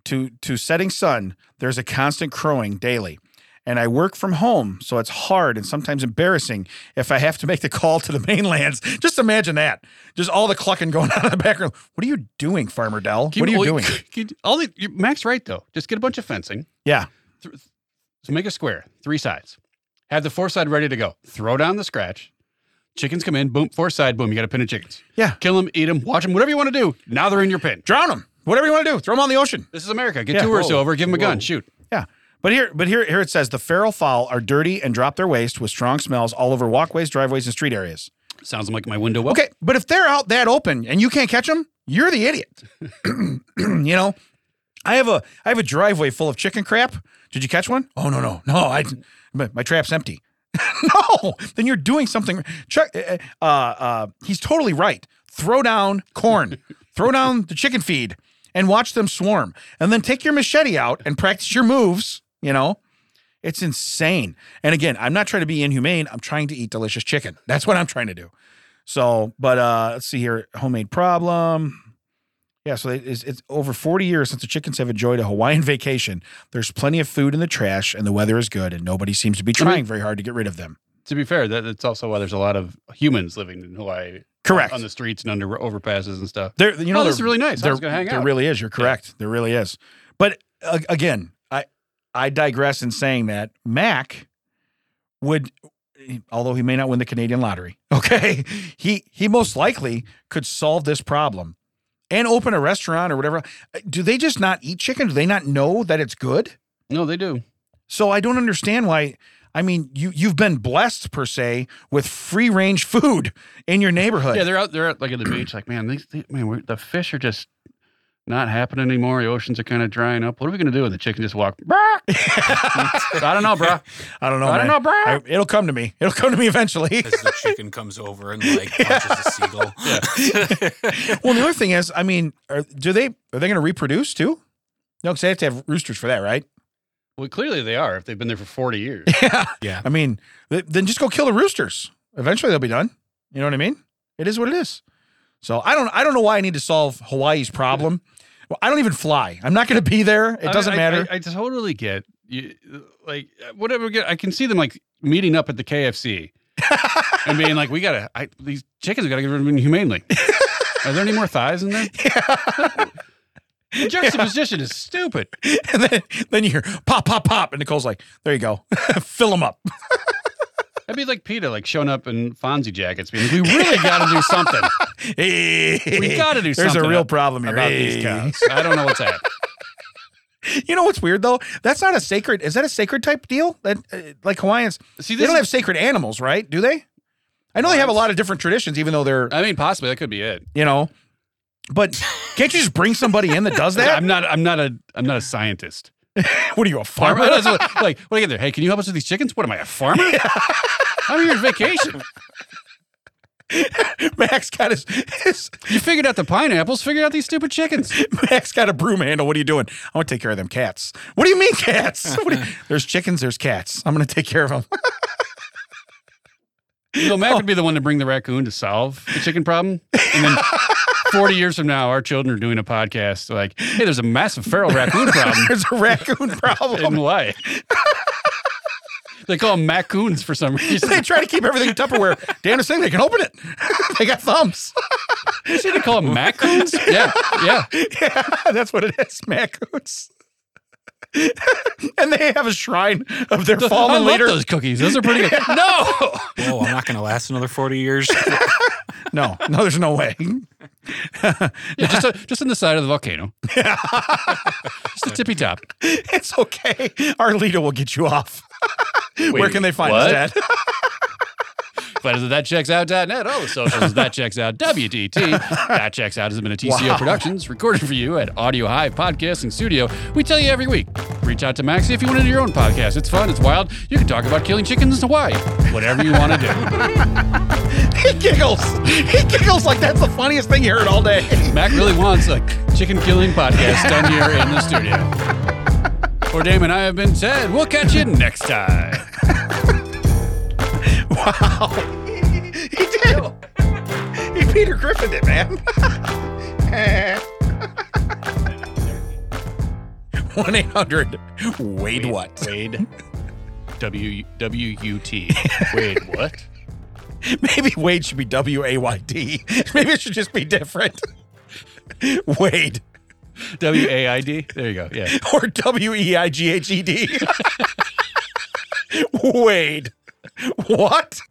Speaker 2: to to setting sun, there's a constant crowing daily. And I work from home, so it's hard and sometimes embarrassing if I have to make the call to the mainlands. <laughs> Just imagine that. Just all the clucking going on in the background. What are you doing, Farmer Dell?
Speaker 1: Keep-
Speaker 2: What are you
Speaker 1: well,
Speaker 2: doing?
Speaker 1: <laughs> keep- all the, you- Mac's right though. Just get a bunch of fencing.
Speaker 2: Yeah.
Speaker 1: Th- so make a square, three sides. Have the fourth side ready to go. Throw down the scratch. Chickens come in. Boom. Fourth side. Boom. You got a pin of chickens.
Speaker 2: Yeah.
Speaker 1: Kill them. Eat them. Watch them. Whatever you want to do. Now they're in your pin.
Speaker 2: Drown them. Whatever you want to do. Throw them on the ocean.
Speaker 1: This is America. Get
Speaker 2: Yeah.
Speaker 1: tourists
Speaker 2: Whoa.
Speaker 1: over. Give them a
Speaker 2: Whoa.
Speaker 1: gun. Shoot.
Speaker 2: Yeah. But here, but here, here it says the feral fowl are dirty and drop their waste with strong smells all over walkways, driveways, and street areas.
Speaker 1: Sounds like my window. Well.
Speaker 2: Okay, but if they're out that open and you can't catch them, you're the idiot. <clears throat> you know, I have a I have a driveway full of chicken crap. Did you catch one? Oh no no no! I my, my trap's empty. <laughs> no, then you're doing something. Chuck, uh, uh, uh, he's totally right. Throw down corn. throw down the chicken feed and watch them swarm. And then take your machete out and practice your moves. You know. It's insane. And again, I'm not trying to be inhumane. I'm trying to eat delicious chicken. That's what I'm trying to do. So, but uh, let's see here. Homemade problem. Yeah, so it is, it's over 40 years since the chickens have enjoyed a Hawaiian <laughs> vacation. There's plenty of food in the trash, and the weather is good, and nobody seems to be
Speaker 1: I mean-
Speaker 2: trying very hard to get rid of them.
Speaker 1: To be fair, that, that's also why there's a lot of humans living in Hawaii
Speaker 2: Correct.
Speaker 1: on the streets and under overpasses and stuff.
Speaker 2: There, you know,
Speaker 1: oh, this is
Speaker 2: there-
Speaker 1: really nice. I
Speaker 2: there,
Speaker 1: was gonna hang
Speaker 2: there
Speaker 1: out.
Speaker 2: really is. You're correct. There really is. But uh, again, I I digress in saying that Mac would, although he may not win the Canadian lottery, <laughs> okay, he he most likely could solve this problem and open a restaurant or whatever. Uh, Do they just not eat chicken? Do they not know that it's good?
Speaker 1: no, they do.
Speaker 2: So I don't understand why. I mean, you you've been blessed per se with free range food in your neighborhood.
Speaker 1: Yeah, they're out there, like at the beach. Like, man, these, they, man, we're, the fish are just not happening anymore. The oceans are kind of drying up. What are we gonna do? And the chicken just walk. "Brah." <laughs> I don't know, bro.
Speaker 2: <laughs> I don't know.
Speaker 1: Oh, I don't
Speaker 2: man.
Speaker 1: know, bro.
Speaker 2: I- it'll come to me. It'll come to
Speaker 1: <laughs>
Speaker 2: me eventually.
Speaker 3: as the chicken comes over and like punches a seagull.
Speaker 2: well, the other thing is, I mean, are, do they are they going to reproduce too? No, because they have to have roosters for that, right?
Speaker 1: well, clearly they are if they've been there for forty years.
Speaker 2: Yeah.
Speaker 3: Yeah.
Speaker 2: I mean, th- then just go kill the roosters. Eventually, they'll be done. You know what I mean? It is what it is. So I don't I don't know why I need to solve Hawaii's problem. Well, I don't even fly. I'm not going to be there. <laughs> It
Speaker 1: I-
Speaker 2: doesn't
Speaker 1: I-
Speaker 2: matter.
Speaker 1: I, I totally get you. Like whatever. get- I can see them like meeting up at the
Speaker 2: <laughs>
Speaker 1: KFC and being like, "We gotta. I, these chickens we gotta get rid of them
Speaker 2: <laughs>
Speaker 1: humanely." Are there any more thighs in there? The juxtaposition is stupid.
Speaker 2: <laughs> and then, then you hear pop, pop, pop, and Nicole's like, "There you go, <laughs> fill them up."
Speaker 1: That'd be like PETA, like showing up in Fonzie jackets, being like, "We really got to do something
Speaker 2: <laughs> we
Speaker 1: gotta do
Speaker 2: <laughs> There's a
Speaker 1: something
Speaker 2: real
Speaker 1: ab-
Speaker 2: problem here
Speaker 1: about
Speaker 2: Hey.
Speaker 1: these cows." I don't know what's
Speaker 2: <laughs>
Speaker 1: happening.
Speaker 2: You know what's weird though? That's not a sacred. Is that a sacred type deal? That uh, like Hawaiians,
Speaker 1: See,
Speaker 2: they
Speaker 1: this
Speaker 2: don't
Speaker 1: is-
Speaker 2: have sacred animals, right? Do they? I know they have a lot of different traditions, even though they're
Speaker 1: I mean, possibly that could be it.
Speaker 2: you know. But can't you just bring somebody in
Speaker 1: <laughs>
Speaker 2: that does that?
Speaker 1: I'm not. I'm not a. I'm not a scientist.
Speaker 2: what are you a
Speaker 1: Farmer.
Speaker 2: farmer?
Speaker 1: like, what do you get there? Hey, can you help us with these chickens? What am I, a farmer? I'm here on vacation.
Speaker 2: <laughs> Max got his, his
Speaker 1: You figured out the pineapples. Figured out these stupid chickens.
Speaker 2: Max got a broom handle. What are you doing? I'm gonna take care of them cats. What do you mean
Speaker 1: <laughs>
Speaker 2: cats? What do you- there's chickens. There's cats. I'm gonna take care of them.
Speaker 1: You know, Mac would be the one to bring the raccoon to solve the chicken problem, and then. 40 years from now, our children are doing a podcast like, hey, there's a massive feral raccoon problem
Speaker 2: <laughs> there's a raccoon
Speaker 1: in
Speaker 2: problem. <laughs>
Speaker 1: Hawaii. they call them macoons for some reason.
Speaker 2: They try to keep everything Tupperware. Damnest thing, they can open it. <laughs> they got thumbs.
Speaker 1: You see, they call them
Speaker 2: <laughs>
Speaker 1: macoons? Yeah, yeah.
Speaker 2: Yeah, <laughs> that's what it is, Macoons. <laughs> and they have a shrine of their
Speaker 1: I
Speaker 2: fallen
Speaker 1: love
Speaker 2: leader.
Speaker 1: those cookies. Those are
Speaker 2: <laughs>
Speaker 1: pretty good. no,
Speaker 3: <laughs> Whoa, I'm not going to last another 40 years.
Speaker 2: No, no, there's no way.
Speaker 1: yeah, just a, just on the side of the volcano. just a tippy top.
Speaker 2: It's okay. Our leader will get you off. <laughs> Where
Speaker 1: Wait,
Speaker 2: can they find
Speaker 1: what?
Speaker 2: us, Dad?
Speaker 1: But is it thatchecksout.net? All the socials is that checks out. WDT. That checks out has been a TCO Productions recorded for you at Audio Hive Podcasting Studio. We tell you every week. Reach out to Maxie if you want to do your own podcast. It's fun. It's wild. You can talk about killing chickens in Hawaii. Whatever you want to do.
Speaker 2: <laughs> He giggles. He giggles like that's the funniest thing he heard all day. <laughs>
Speaker 1: Mac really wants a chicken killing podcast done here in the studio. For Damon, I have been Ted. We'll catch you next time.
Speaker 2: Wow. He did. He Peter Griffined it, <laughs> man. 1 800 Wade What?
Speaker 1: Wade. W W U T. Wade, what?
Speaker 2: <laughs> Maybe Wade should be W A Y D. <laughs> Maybe it should just be different. <laughs> Wade
Speaker 1: W A I D. There you go. Yeah.
Speaker 2: or W E <laughs> I G H E D. Wade. What?